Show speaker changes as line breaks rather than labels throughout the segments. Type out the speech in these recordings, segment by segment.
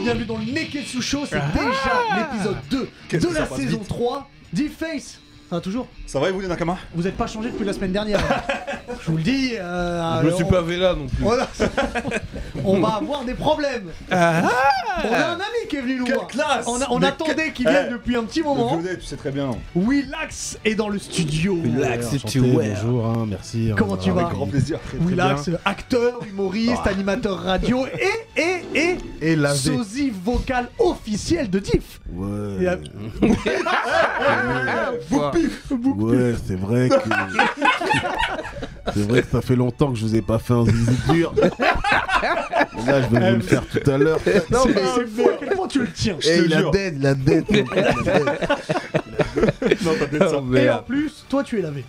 bienvenue dans le Neketsu Show, c'est déjà l'épisode 2
Ah. Qu'est-ce
de
que
la
ça passe
saison
vite.
3 Deep Face Ça va toujours
Ça va et vous les Nakama
Vous n'êtes pas changé depuis la semaine dernière. Je vous le dis, euh,
Je me suis
on-
pas Vela non plus.
Voilà. on va avoir des problèmes. on a un ami qui est venu nous
Ah. Quelle
voir.
classe
On, a- on
Mais
attendait
que-
qu'il vienne
Eh,
depuis un petit
Le
moment.
Violet, tu sais très bien.
Willax est dans le studio.
Relax
Enchanté, Bonjour, hein, merci.
Comment
hein,
tu
avec
vas
Ah, Grand
grand-
plaisir. Très, Ah. très
Willax, acteur, humoriste, animateur radio et et et
Et la V.
sosie vocal officiel de Diff. Et, euh,
Ouais,
Bouc-
ouais c'est vrai que. c'est vrai que ça fait longtemps que je vous ai pas fait un zizi dur. Là, je vais vous le faire tout à l'heure.
Non, mais c'est fou à quel point tu le tiens.
te
Hey, la
jure.
dette, la dette. la dette.
bien. Non, t'as peut-être ça.
Et en plus, toi tu es lavé.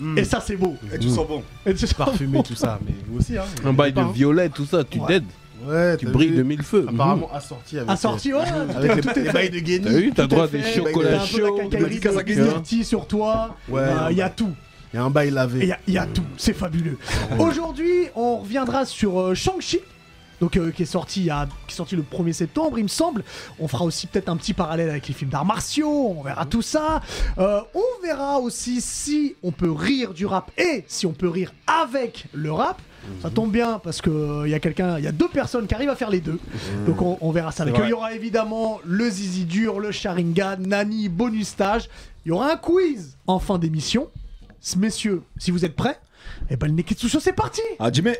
Hmm.
Et ça c'est beau.
Et tu sens bon.
Et tu sens-
Parfumé, tout ça, mais vous aussi, hein.
euh, Un bail de
Pas, hein.
violet, tout ça, tu
Ouais.
dead,
Ouais,
tu
t'as
brilles
vu,
de mille feux.
Apparemment assorti avec.
Assorti, ouais.
euh, avec les, les bails de
Mhm. T'as
Guéni.
vu, t'as droit à
Tout à
des
fait.
chocolats
T'as oh, un peu la
chauds.
cacahuète
des macaques,
de
hein.
Dirty sur toi. Il
Ouais.
y a tout.
Il y a un bail
Il
lavé.
y, a- y a tout. C'est fabuleux. Aujourd'hui, on reviendra sur euh, Shang-Chi. Donc, euh, qui, est sorti il y a- qui est sorti le 1er septembre, il me semble. On fera aussi peut-être un petit parallèle avec les films d'arts martiaux. On verra tout ça. Euh, on verra aussi si on peut rire du rap et si on peut rire avec le rap. Ça tombe bien parce que euh, il y a quelqu'un, il y a deux personnes qui arrivent à faire les deux. Donc on, on verra ça. Donc,
vrai.
il y aura évidemment le zizi dur, le sharingan, Nani, bonus stage. Il y aura un quiz en fin d'émission. S- Messieurs, si vous êtes prêts, eh ben le Neketsu Show c'est parti.
Ah, Jimmy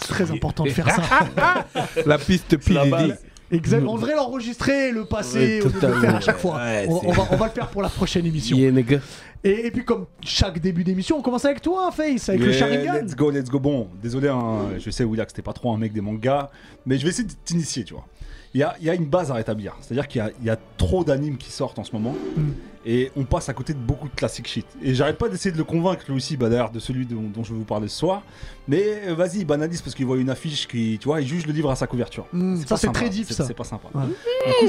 Très important de faire ça.
La piste
la
Pilidi.
balle.
Exactement. On devrait l'enregistrer, le passer,
Ouais,
au lieu de le faire à
totalement.
chaque fois.
Ouais,
on,
c'est-
on va, on va le faire pour la prochaine émission.
Yeah, nigga.
Et, et puis comme chaque début d'émission, on commence avec toi, Face, avec le
Yeah,
sharingan.
Let's go, let's go. Bon, désolé, hein, je sais, Willax, t'es pas trop un mec des mangas, mais je vais essayer de t'initier, tu vois. Il y a, il y a une base à rétablir. C'est-à-dire qu'il y a- il y, a trop d'animes qui sortent en ce moment,
Mm.
et on passe à côté de beaucoup de classic shit. Et j'arrête pas d'essayer de le convaincre, lui aussi, bah, d'ailleurs, de celui dont, dont je vais vous parler ce soir. Mais euh, vas-y, il banalise, parce qu'il voit une affiche qui, tu vois, il juge le livre à sa couverture.
Mm, ça,
pas
c'est
sympa,
très deep,
c'est-
ça.
C'est pas sympa.
Ouais.
Du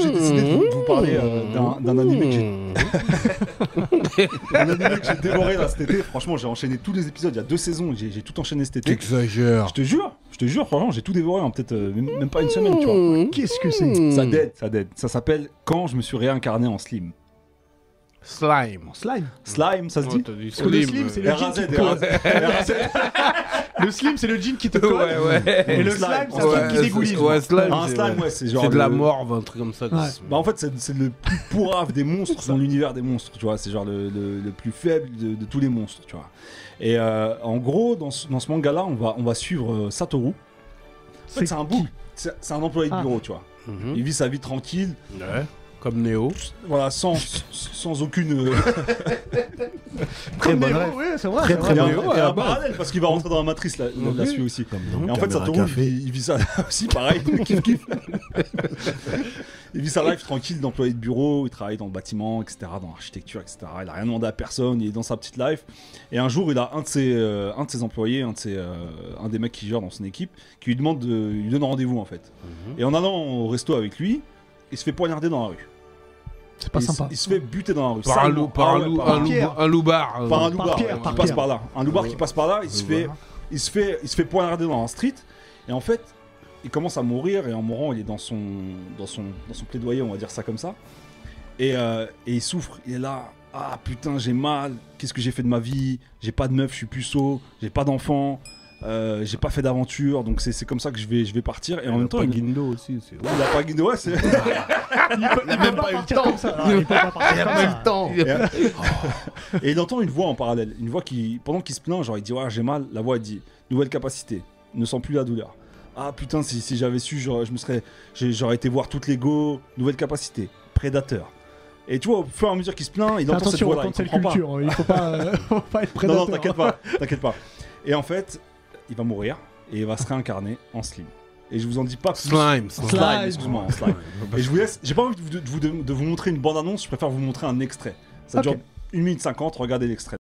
coup, j'ai décidé de vous, de vous parler euh, d'un- d'un animé que j'ai un animé que j'ai dévoré là cet été. Franchement, j'ai enchaîné tous les épisodes. Il y a deux saisons, j'ai j'ai tout enchaîné cet été.
Exagère.
Je te jure, je te jure, franchement, j'ai tout dévoré en peut-être euh, même même pas une semaine, tu vois.
Qu'est-ce que c'est
Ça dead, ça dead. Ça s'appelle Quand je me suis réincarné en slime.
Slime.
Slime.
Slime, ça se
Oh,
dit
Parce que le slim, c'est le jean
RAZ,
qui te
RAZ.
colle. Le slim, c'est le jean qui te colle.
Ouais, ouais.
Et le
Slime,
slime, c'est un
ouais,
truc qui
c'est-
dégouline.
Ouais, slime,
Un Ah, slime, ouais, c'est genre.
C'est de la
le-
morve, un truc comme ça.
Ouais.
Bah en fait c'est c'est le plus pourrave des monstres dans l'univers des monstres, tu vois, c'est genre le, le- le plus faible de, de tous les monstres, tu vois. Et euh, en gros dans ce, dans ce manga là on va, on va suivre euh, Satoru. En fait,
C'est
c'est un bouc, c'est c'est un employé de
Ah.
bureau, tu vois.
Mhm.
Il vit sa vie tranquille,
Ouais. Comme Néo.
voilà, sans, sans aucune... euh,
Comme
bonne
Nero,
rêve.
oui, c'est vrai.
Très,
c'est
très
vrai.
Il y a un,
bien, ouais,
il y a un
à base.
parallèle parce qu'il va rentrer dans la matrice là- là- là-dessus aussi. Et en fait,
Caméra
Satoru,
café.
il, il vit ça aussi pareil, kiff kiff. il vit sa life tranquille d'employé de bureau, il travaille dans le bâtiment, etc., dans l'architecture, etc. Il a rien demandé à personne, il est dans sa petite life. Et un jour, il a un de ses, euh, un de ses employés, un, de ses, euh, un des mecs qui gère dans son équipe, qui lui demande, de, il lui donne rendez-vous en fait. Et en allant au resto avec lui, il se fait poignarder dans la rue.
C'est pas
il, se-
sympa.
il se fait buter dans la rue.
Par un
salement.
loup, par
Ah
un
ouais,
loup,
par un
un loup,
Pierre.
un loupard.
par un
Par
loupard
Pierre,
ouais,
par
qui passe
Pierre.
par là. Un loupard qui passe par là, il se
Euh,
fait, il se fait, il se fait poignarder dans un street. Et en fait, il commence à mourir et en mourant, il est dans son, dans son, dans son plaidoyer, on va dire ça comme ça. Et, euh, et il souffre. Il est là. Ah putain, j'ai mal. Qu'est-ce que j'ai fait de ma vie J'ai pas de meuf, je suis puceau. J'ai pas d'enfant. euh, j'ai pas fait d'aventure. Donc c'est c'est comme ça que je vais, je vais partir. Et en même temps, il,
Guindo aussi. c'est-
il a pas guidé. Ouais, c'est-
Il peut, il peut
même
pas,
pas eu le
partir
temps.
comme ça. Il peut pas
Il
partir
a pas eu
comme
le temps.
Et il entend une voix en parallèle, une voix qui, pendant qu'il se plaint, genre il dit ouais j'ai mal, la voix elle dit nouvelle capacité, ne sens plus la douleur. Ah putain si, si j'avais su, j'aurais- je me serais, j'ai- j'aurais été voir toutes les go, nouvelle capacité, prédateur. Et tu vois au fur et à mesure qu'il se plaint, il
ça.
entend cette
Attention, on
voix là,
raconte
il
cette
comprend pas.
culture. Il faut pas, euh, faut pas être
Non
prédateur.
non t'inquiète pas, t'inquiète pas. Et en fait, il va mourir et il va se réincarner en slime. Et je vous en dis pas plus.
Slime.
En
slime.
slime,
Slime.
excuse-moi, en slime. Et je vous laisse, j'ai pas envie de vous, de vous- de vous montrer une bande-annonce, je préfère vous montrer un extrait. Ça
Ok.
dure 1 minute 50, regardez l'extrait.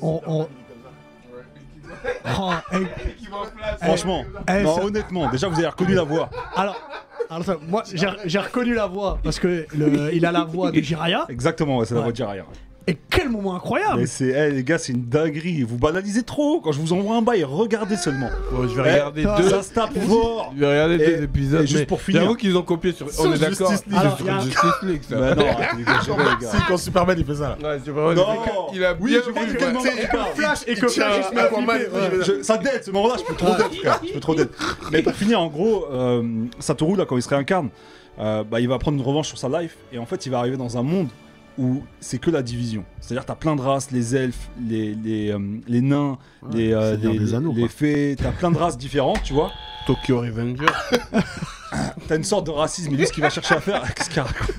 On, on... Oh, hey,
Franchement,
eh,
non,
ça-
Eh, honnêtement, déjà vous avez reconnu la voix.
alors, Alors, ça, moi, j'ai j'ai reconnu la voix parce que le- il a la voix de Jiraya.
Exactement, ouais, c'est la
Ouais.
voix de Jiraya.
Et quel moment incroyable
Mais c'est, eh, les gars, c'est une dinguerie. Vous banalisez trop quand je vous envoie un bail. Regardez seulement.
Bon, je vais
Eh,
regarder
putain,
deux.
Ça se tape fort.
Je vais regarder
Et-
deux épisodes.
et juste
mais
pour finir.
J'avoue qu'ils ont copié sur. On
Sur
est d'accord.
Justice League.
Alors,
C'est
y a
sur
un-
Justice League, ça.
Bah non, arrêtez d'exagérer, les gars.
Si, quand Superman il fait ça là.
Ouais, c'est pas vrai,
Non.
Oh, Il a
Oui,
bien
je vois
voulu.
quel moment
C'est-
il parle.
Flash et
Il tient
Coca.
juste ma flipper, ouais. Je- Ça dette, ce moment-là, je peux trop dette, frère. Je peux trop dette. Mais pour finir, en gros, euh, Satoru, là, quand il se réincarne, euh, bah, il va prendre une revanche sur sa life. Et en fait, il va arriver dans un monde où c'est que la division. C'est-à-dire, t'as plein de races, les elfes, les, les, euh, les nains, les, euh,
Seigneur
les,
des Anneaux,
les
quoi.
fées, t'as plein de races différentes, tu vois.
Tokyo Revenger.
T'as une sorte de racisme, et lui, ce qu'il va chercher à faire, qu'est-ce qu'il raconte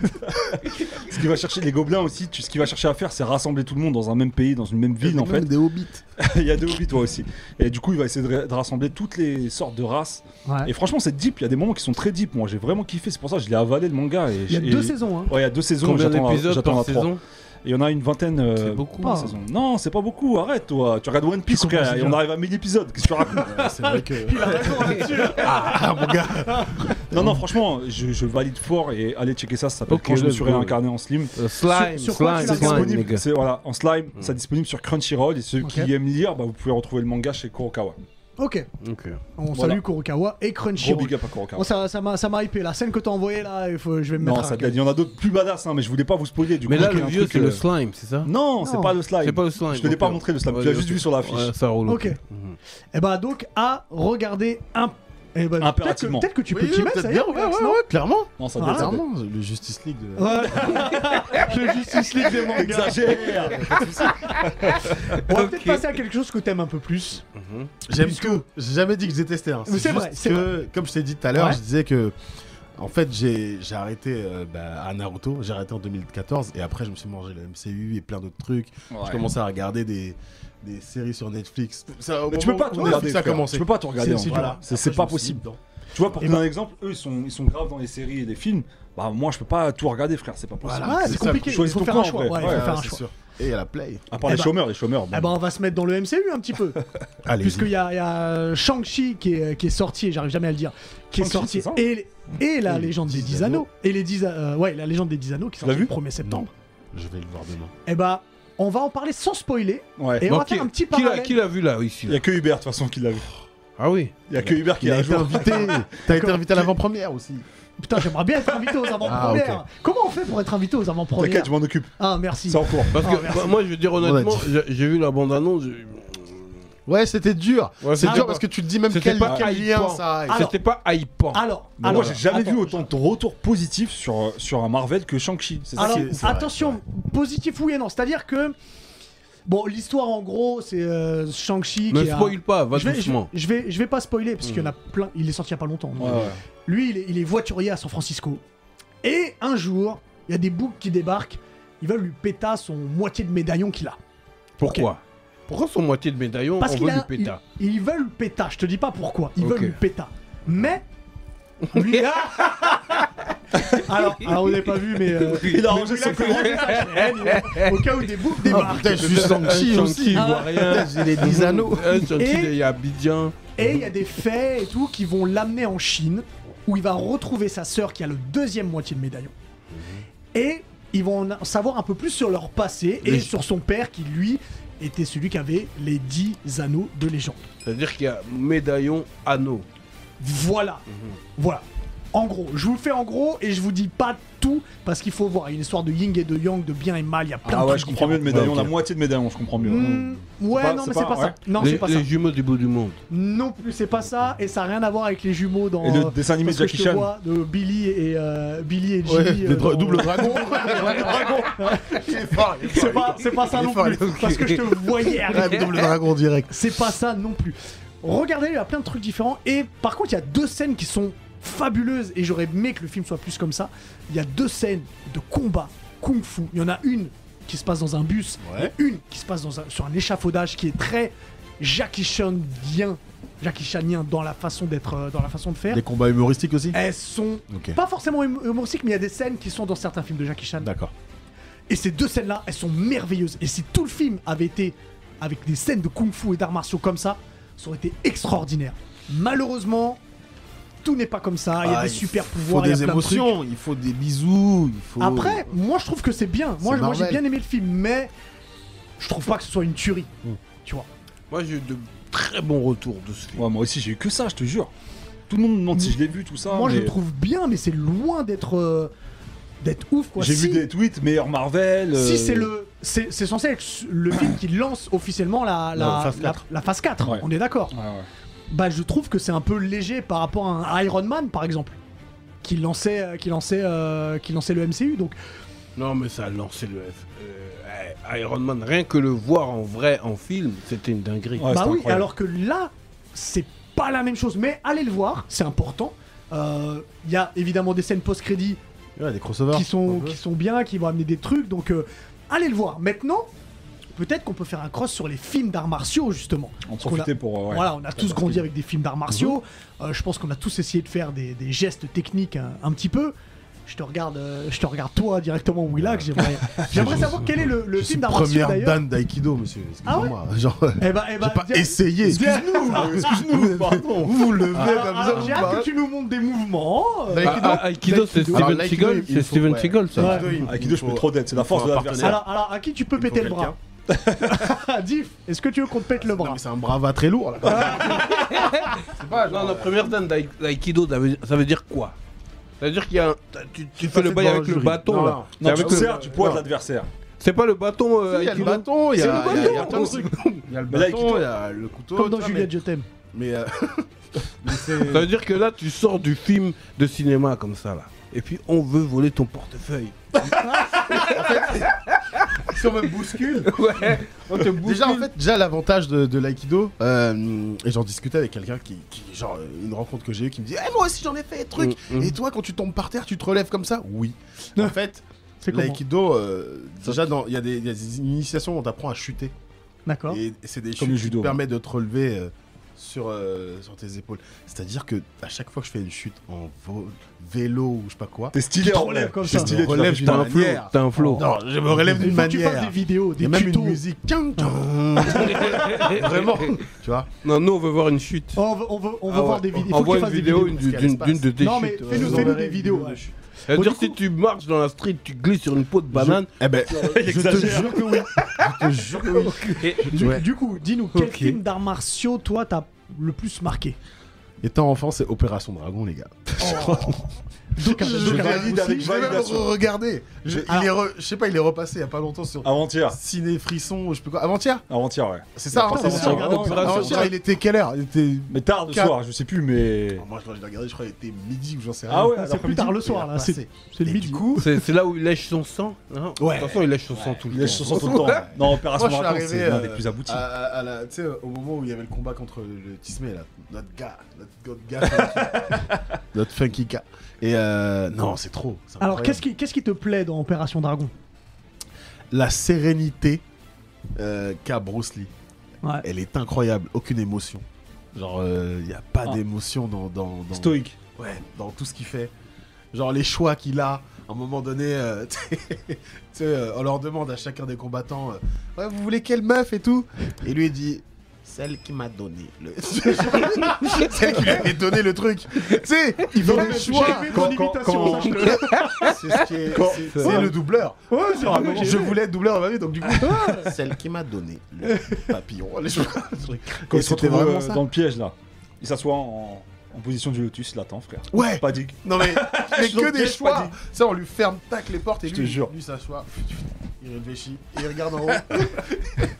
Ce qu'il va chercher, les gobelins aussi, tu- ce qu'il va chercher à faire, c'est rassembler tout le monde dans un même pays, dans une même ville, en
Même
fait.
des hobbits.
il y a deux hobbits, toi aussi. Et du coup, il va essayer de, ra- de rassembler toutes les sortes de races.
Ouais.
Et franchement, c'est deep, il y a des moments qui sont très deep. Moi, j'ai vraiment kiffé, c'est pour ça que je l'ai avalé le manga. Et
Il y a
et-
deux saisons, hein.
Ouais, il y a deux saisons,
Combien
j'attends la-
d'épisodes
j'attends la
par
trois.
saison
Il y en a une vingtaine. euh,
C'est beaucoup.
par
hein.
saison. Non, c'est pas beaucoup, arrête toi. Tu regardes One Piece,
Tu comprends,
frère,
c'est
et on
bien.
arrive à 1000 épisodes. Qu'est-ce que tu racontes
C'est vrai que.
Il a raison
hein,
là-dessus.
Ah mon gars
Non, non, franchement, je, je valide fort et allez checker ça. Ça s'appelle
Ok,
Quand je me
let's
suis
go.
réincarné en slim.
Euh, Slime,
Sur- sur quoi
slime,
tu l'as
C'est
Slime,
disponible,
nigga.
c'est- voilà, en slime,
Mm.
ça disponible sur Crunchyroll et ceux
Ok.
qui aiment lire, bah, vous pouvez retrouver le manga chez Kurokawa.
Ok,
Ok.
on
Voilà.
salue Kurokawa et
Gros
Crunchyroll.
big up à Kurokawa.
Bon, ça ça m'a ça m'a hypé, la scène que t'as envoyée là, il faut, je vais me mettre
Non,
à
ça te
regarder.
il y en a d'autres plus badass, hein, mais je voulais pas vous spoiler. Du
Mais
coup,
là,
il y a
le
un
vieux,
truc,
c'est
euh,
le slime, c'est ça
Non, c'est
Non.
pas le slime.
C'est pas le slime.
Je te l'ai
ok.
pas montré le slime, tu
Ouais,
l'as
ok.
juste vu sur l'affiche.
Ouais, ça roule.
Ok.
Mhm.
Et bah donc à regarder un. Eh bah,
Impérativement.
Peut-être que, peut-être que tu peux
Oui,
t'y mettre,
peut-être
ça y est,
bien,
Rolex,
ouais, ouais,
non
ouais, clairement.
Non, ça
Ah,
date, ça date.
Clairement, le Justice League. de-
Ouais. Le Justice League des mangas.
Exagère
On va
Ok.
peut-être passer à quelque chose que t'aimes un peu plus.
Mhm.
J'aime tout. J'ai jamais dit que je détestais. Hein.
Mais c'est
juste
vrai, c'est
que, comme je t'ai dit tout à l'heure,
Ouais.
je disais que. En fait, j'ai j'ai arrêté euh, bah, à Naruto, j'ai arrêté en 2014, et après, je me suis mangé le MCU et plein d'autres trucs. Je commençais à regarder des, des séries sur Netflix. Ça, au
Mais tu
moment
peux pas
où
tout
Netflix
regarder.
a
frère.
commencé.
Tu peux pas tout regarder.
C'est-
en
c'est
vrai.
dur.
C'est c'est
Après,
pas
je me suis dit,
possible.
non.
Tu vois, pour
Et
donner un exemple, eux ils sont, ils sont graves dans les séries et les films. Bah, moi je peux pas tout regarder, frère, c'est pas possible.
Voilà,
Ouais,
c'est
c'est
ça,
compliqué.
faut
Il
choisir
faut
ton
faire un
camp,
choix.
ouais.
Ouais, il
Ouais,
faut faire un
c'est
choix.
sûr. Et à la play.
À part
Eh
les
ben-
chômeurs, les chômeurs. bon.
Eh ben on va se mettre dans le MCU un petit peu.
Allez,
Puisqu'il y a, il y a Shang-Chi qui est, qui est sorti, et j'arrive jamais à le dire, qui est sorti,
Shang-Chi, c'est ça
et, et la
Et les
légende des
Dix
10 anneaux. Et les 10 euh, ouais, la légende des 10 anneaux qui sort
l'as
le
vu
1er septembre.
je vais le voir demain.
Eh bah, on va en parler sans spoiler,
Ouais.
et on
Bon,
va
qui-
faire un petit
qui l'a-
parallèle.
Qui l'a vu là, ici
Il
là
y a que Hubert de toute façon qui l'a vu.
Ah oui.
Il y a que Hubert qui
Il
l'a
a
joué.
été invité. T'as été invité à l'avant-première aussi.
Putain, j'aimerais bien être invité aux avant-premières.
Ah,
Comment on fait pour être invité aux avant-premières
T'inquiète, je m'en occupe.
Ah, merci.
C'est en cours.
Parce
Oh,
que
merci.
bah, moi, je veux dire honnêtement,
On a
j'ai- j'ai vu la bande-annonce. je-
Ouais, c'était dur.
Ouais,
c'est
c'était
dur
pas-
parce que tu te dis même
c'était
quel,
pas
quel Ah, lien
hypant.
ça a.
Alors-
C'était pas hypant.
Alors,
Mais
alors,
moi j'ai jamais
attends.
vu autant de retours positifs sur, sur un Marvel que Shang-Chi. C'est ça
Alors,
qui
c'est- c'est vrai,
attention, positif oui et non. C'est-à-dire que. Bon, l'histoire en gros, c'est euh, Shang-Chi
Ne
qui a-
spoil pas, va
je vais, je,
doucement. Hmm.
je vais, je vais pas spoiler parce qu'il y en a plein. Il est sorti il y a pas longtemps.
Ouais, ouais.
Lui, il est, il est voiturier à San Francisco. Et un jour, il y a des boucs qui débarquent. Ils veulent lui péter son moitié de médaillon qu'il a.
Pourquoi Pourquoi son moitié de médaillon
Parce
on
qu'il
veut
a.
lui péter
Ils, ils veulent le péta. Je te dis pas pourquoi. Ils
Ok.
veulent le péta. Mais. lui- alors, alors, on n'avait pas vu, mais. euh,
Il a rangé
Là,
son
c'est vrai, ça, je- Au cas où des boucs débarquent.
Putain, je suis Shang-Chi
Shang-Chi,
aussi.
il voit rien.
J'ai les 10 anneaux.
Euh, Shang-Chi,
Et-
il est à Abidjan.
Et il y a des faits et tout qui vont l'amener en Chine, où il va retrouver sa sœur qui a le deuxième moitié de médaillon. Et ils vont en savoir un peu plus sur leur passé et
Les-
sur son père qui, lui, était celui qui avait les dix anneaux de légende.
C'est-à-dire qu'il y a médaillon, anneau.
Voilà.
Mhm.
Voilà. En gros, je vous le fais en gros et je vous dis pas tout parce qu'il faut voir. Il y a une histoire de yin et de yang, de bien et mal, il y a plein de
Ah ouais,
trucs
je comprends mieux le
différents.
médaillon,
Ouais, ok.
la moitié de médaillon, je comprends mieux.
Hmm, ouais,
C'est pas-
non,
c'est
mais c'est
pas-
pas ça.
ouais.
Non,
les
c'est pas
les
ça.
jumeaux du bout du monde.
Non plus, c'est pas ça, et ça n'a rien à voir avec les jumeaux dans.
Et le dessin animé
parce que
de
je
Jackie
te
Chan.
vois de Billy et euh, Billy et Jimmy.
Ah, Ouais,
euh,
les dra-
dans-
double dragon.
C'est pas, c'est pas ça
Il est
non
fort,
plus,
il est fort.
parce que je te voyais
Ouais,
arriver.
double dragon direct.
C'est pas ça non plus. Regardez, il y a plein de trucs différents, et par contre, il y a deux scènes qui sont fabuleuses, et j'aurais aimé que le film soit plus comme ça. Il y a deux scènes de combat kung-fu. Il y en a une qui se passe dans un bus,
Ouais.
et une qui se passe dans un- sur un échafaudage qui est très Jackie Chanien, Jackie Chanien dans la façon d'être, euh, dans la façon de faire.
Des combats humoristiques aussi
Elles sont
Ok.
pas forcément hum- humoristiques, mais il y a des scènes qui sont dans certains films de Jackie Chan.
D'accord.
Et ces deux scènes-là, elles sont merveilleuses. Et si tout le film avait été avec des scènes de kung-fu et d'arts martiaux comme ça, ça aurait été extraordinaire. Malheureusement, tout n'est pas comme ça. il y a
Ah,
des
il
super
faut
pouvoirs, il y a
des
plein de trucs.
émotions, il faut des bisous, il faut.
Après, moi je trouve que c'est bien. Moi,
C'est
moi, j'ai
Marvel.
bien aimé le film, mais je trouve pas que ce soit une tuerie.
Mm.
Tu vois.
Moi, j'ai eu de très bons retours de ce film.
Ouais, moi aussi, j'ai eu que ça, je te jure. Tout le monde me demande si je l'ai vu, tout ça.
Hmm. moi je
mais
le trouve bien, mais c'est loin d'être euh, d'être ouf quoi.
J'ai
Si-
vu des tweets, meilleur Marvel. euh,
Si c'est le, c'est c'est censé être le film qui lance officiellement la, la,
La phase
la-
4.
la phase 4,
Ouais.
on est d'accord.
Ouais, ouais.
Bah je trouve que c'est un peu léger par rapport à un Iron Man par exemple, qui lançait, euh, qui lançait, euh, qui lançait le MCU. Donc
Non, mais ça a lancé le F. euh, euh, Iron Man, rien que le voir en vrai, en film, c'était une dinguerie.
Ouais,
bah
c'était
oui,
incroyable.
alors que là c'est pas la même chose. Mais allez le voir, c'est important. Euh, Il y a évidemment des scènes post-crédit
Ouais, des crossovers.
qui sont,
un peu.
qui sont bien, qui vont amener des trucs. Donc euh, allez le voir. Maintenant, peut-être qu'on peut faire un cross sur les films d'arts martiaux justement.
En
Parce qu'on a-
profiter pour. euh, ouais.
Voilà, on a tous grandi avec des films d'arts martiaux.
Mhm.
Euh, je pense qu'on a tous essayé de faire des, des gestes techniques un, un petit peu. Je te regarde, euh, je te regarde toi directement, Willax. J'aimerais, j'aimerais savoir quel est le, le
Je Euh, suis
film d'arts martiaux
Première
d'ailleurs.
dan d'Aikido, monsieur. Excusez-moi. Genre, euh,
Eh ben, eh ben,
j'ai pas
dis-
essayé.
Excuse-nous.
Ah, Excuse-nous, pardon. Vous vous levez
alors,
comme
alors,
ça. vous
Ah, j'ai hâte que
parlez.
tu nous montres des mouvements. euh,
D'ailleurs, Aikido
Ah, ah, Aikido, c'est
Alors,
Steven
l'Aikido,
Seagal,
il- il
c'est
faut-
Steven
ouais.
Seagal, ça.
Ouais.
Aikido, il
Aikido, je
faut-
suis trop dead, c'est la
faut
force
un
de l'adversaire.
partenaire.
alors, alors, à qui tu peux
Il faut
péter le bras
quelqu'un.
Diff, est-ce que tu veux qu'on te pète le
Non,
bras
mais C'est un bravas très lourd
Ah,
là. Bah,
Non,
euh,
la première dame d'Ai- d'Aikido, ça veut- ça veut dire quoi Ça veut dire qu'il y a un... t'as- Tu, tu fais
pas
le
fait
bail
devant
avec
le
le
jury.
bâton,
Non,
là.
non.
C'est
Non, tu
avec
te
le-
sers du poids de
non.
l'adversaire.
C'est pas le bâton euh,
Il y a le
Aikido
bâton, il y a
C'est le
il y a- il y a
bâton.
plein de trucs. Il y a le
Mais l'Aikido-
bâton, il y a le couteau.
Comme dans
tu vois,
Juliette, je t'aime.
Mais mais, euh, mais c'est.
Ça veut dire que là, tu sors du film de cinéma comme ça, là. Et puis, on veut voler ton portefeuille.
Si on me bouscule.
Ouais, on te
Déjà, en fait, déjà l'avantage de, de l'aïkido, euh, et j'en discutais avec quelqu'un qui, qui- genre, euh, une rencontre que j'ai eue qui me dit Eh, moi aussi j'en ai fait des trucs
Mm, mm.
Et toi, quand tu tombes par terre, tu te relèves comme ça Oui. En fait,
C'est comment
l'aïkido, euh, déjà, dans- il y, a des- il y a des initiations où on t'apprend à chuter.
D'accord.
Et c'est des
Comme
chutes
le
qui
judo,
te
ouais.
hein.
permettent de te relever euh, sur, euh, sur tes épaules. C'est-à-dire que à chaque fois que je fais une chute en vo- vélo ou je sais pas quoi,
T'es
Tu
stylé
te
en
relèves
relève.
comme
T'es
ça.
stylé,
Je
tu
relève
l'as fait.
d'une
T'as un flow,
manière.
t'as un flow.
non, je me relève
Il
d'une
faut que tu fasses
manière.
des vidéos,
Il y
des
a même
tutos.
une musique. Vraiment, tu vois.
Non, nous, on veut voir une chute.
Oh, on veut, on veut, on veut
Ah
voir
ouais.
des vidéos.
On
Faut que
voit
tu
une
fasses des
vidéo
vidéos.
d'une
parce qu'il y a
d'une-
l'espace.
d'une de tes
Non, mais
chutes. ouais.
fais-nous
vous
fais-nous
enverrez
des
une
vidéos.
vidéo
ouais.
de
Ça veut
Bon,
dire
du
si
coup-
tu marches dans la street, tu glisses sur une peau de banane.
Eh ben,
Il
je te
exagère.
jure que oui. Je te jure que oui.
Du,
Ouais.
du coup, dis-nous, quel
Ok.
film d'arts martiaux, toi, t'as le plus marqué
Étant enfant, c'est Opération Dragon, les gars.
D'aucun-
Je
d'aucun
valide
aussi.
avec
Je l'ai même
validation.
regardé. Je, il
Alors-
est re- je sais pas, il est repassé il y a pas longtemps sur
Avant-hier.
Ciné Frisson, je sais pas quoi. Avant-hier
Avant-hier, ouais.
C'est ça,
Après,
avant-hier.
c'est
avant-hier.
ça.
Avant-hier,
Opération
Avant-hier, il était quelle heure Il était.
Mais tard le
Quatre.
soir, je sais plus, mais.
Oh, Moi, quand je l'ai regardé, je crois qu'il était midi ou j'en sais rien.
Ah ouais,
Ah, C'est plus tard le soir, là. C'est c'est le
Et
midi.
du coup,
C'est c'est là où il lèche son sang. hein.
Ouais.
De toute façon, il lèche son sang tout le
Il
temps.
est sur son tout le temps. Non, Opération
Moi, je suis
Dragon, c'est
arrivé,
l'un
euh,
des plus aboutis.
à, à- à la- tu sais, au moment où il y avait le combat contre le Tismé, là, notre gars, notre, notre gars, funky. notre funky gars. Et euh, non, c'est trop. c'est
Alors,
incroyable.
qu'est-ce qui, qu'est-ce qui te plaît dans Opération Dragon
la sérénité euh, qu'a Bruce Lee.
Ouais.
Elle est incroyable, aucune émotion. Genre, euh, il n'y a pas
Ah.
d'émotion dans, dans, dans-
Stoïque.
ouais, dans tout ce qu'il fait. Genre, les choix qu'il a, à un moment donné, euh, tu sais, euh, on leur demande à chacun des combattants euh, Ouais, vous voulez quelle meuf et tout Et lui, il dit Celle qui m'a donné le. Celle qui lui avait donné le truc. Tu sais, il fait le choix.
J'ai aimé mon imitation,
quand-
ça, je te le-
C'est ce qui est- c'est- c'est le doubleur. Ah,
Ouais, c'est vrai, j'ai
Je
aimé.
voulais être doubleur dans ma vie, donc du coup, celle qui m'a donné le papillon. Les choses.
Quand
Et
il se
c'était
retrouve
vraiment
euh,
ça.
dans le piège, là. Il s'assoit en en position du lotus, il attend, frère.
Ouais.
Pas digue.
Non mais, mais
Sur le
que des
piège, pas
choix. Ça, on lui ferme tac les portes et
Je
lui,
te jure.
lui s'assoit. Il réfléchit, et il regarde en haut.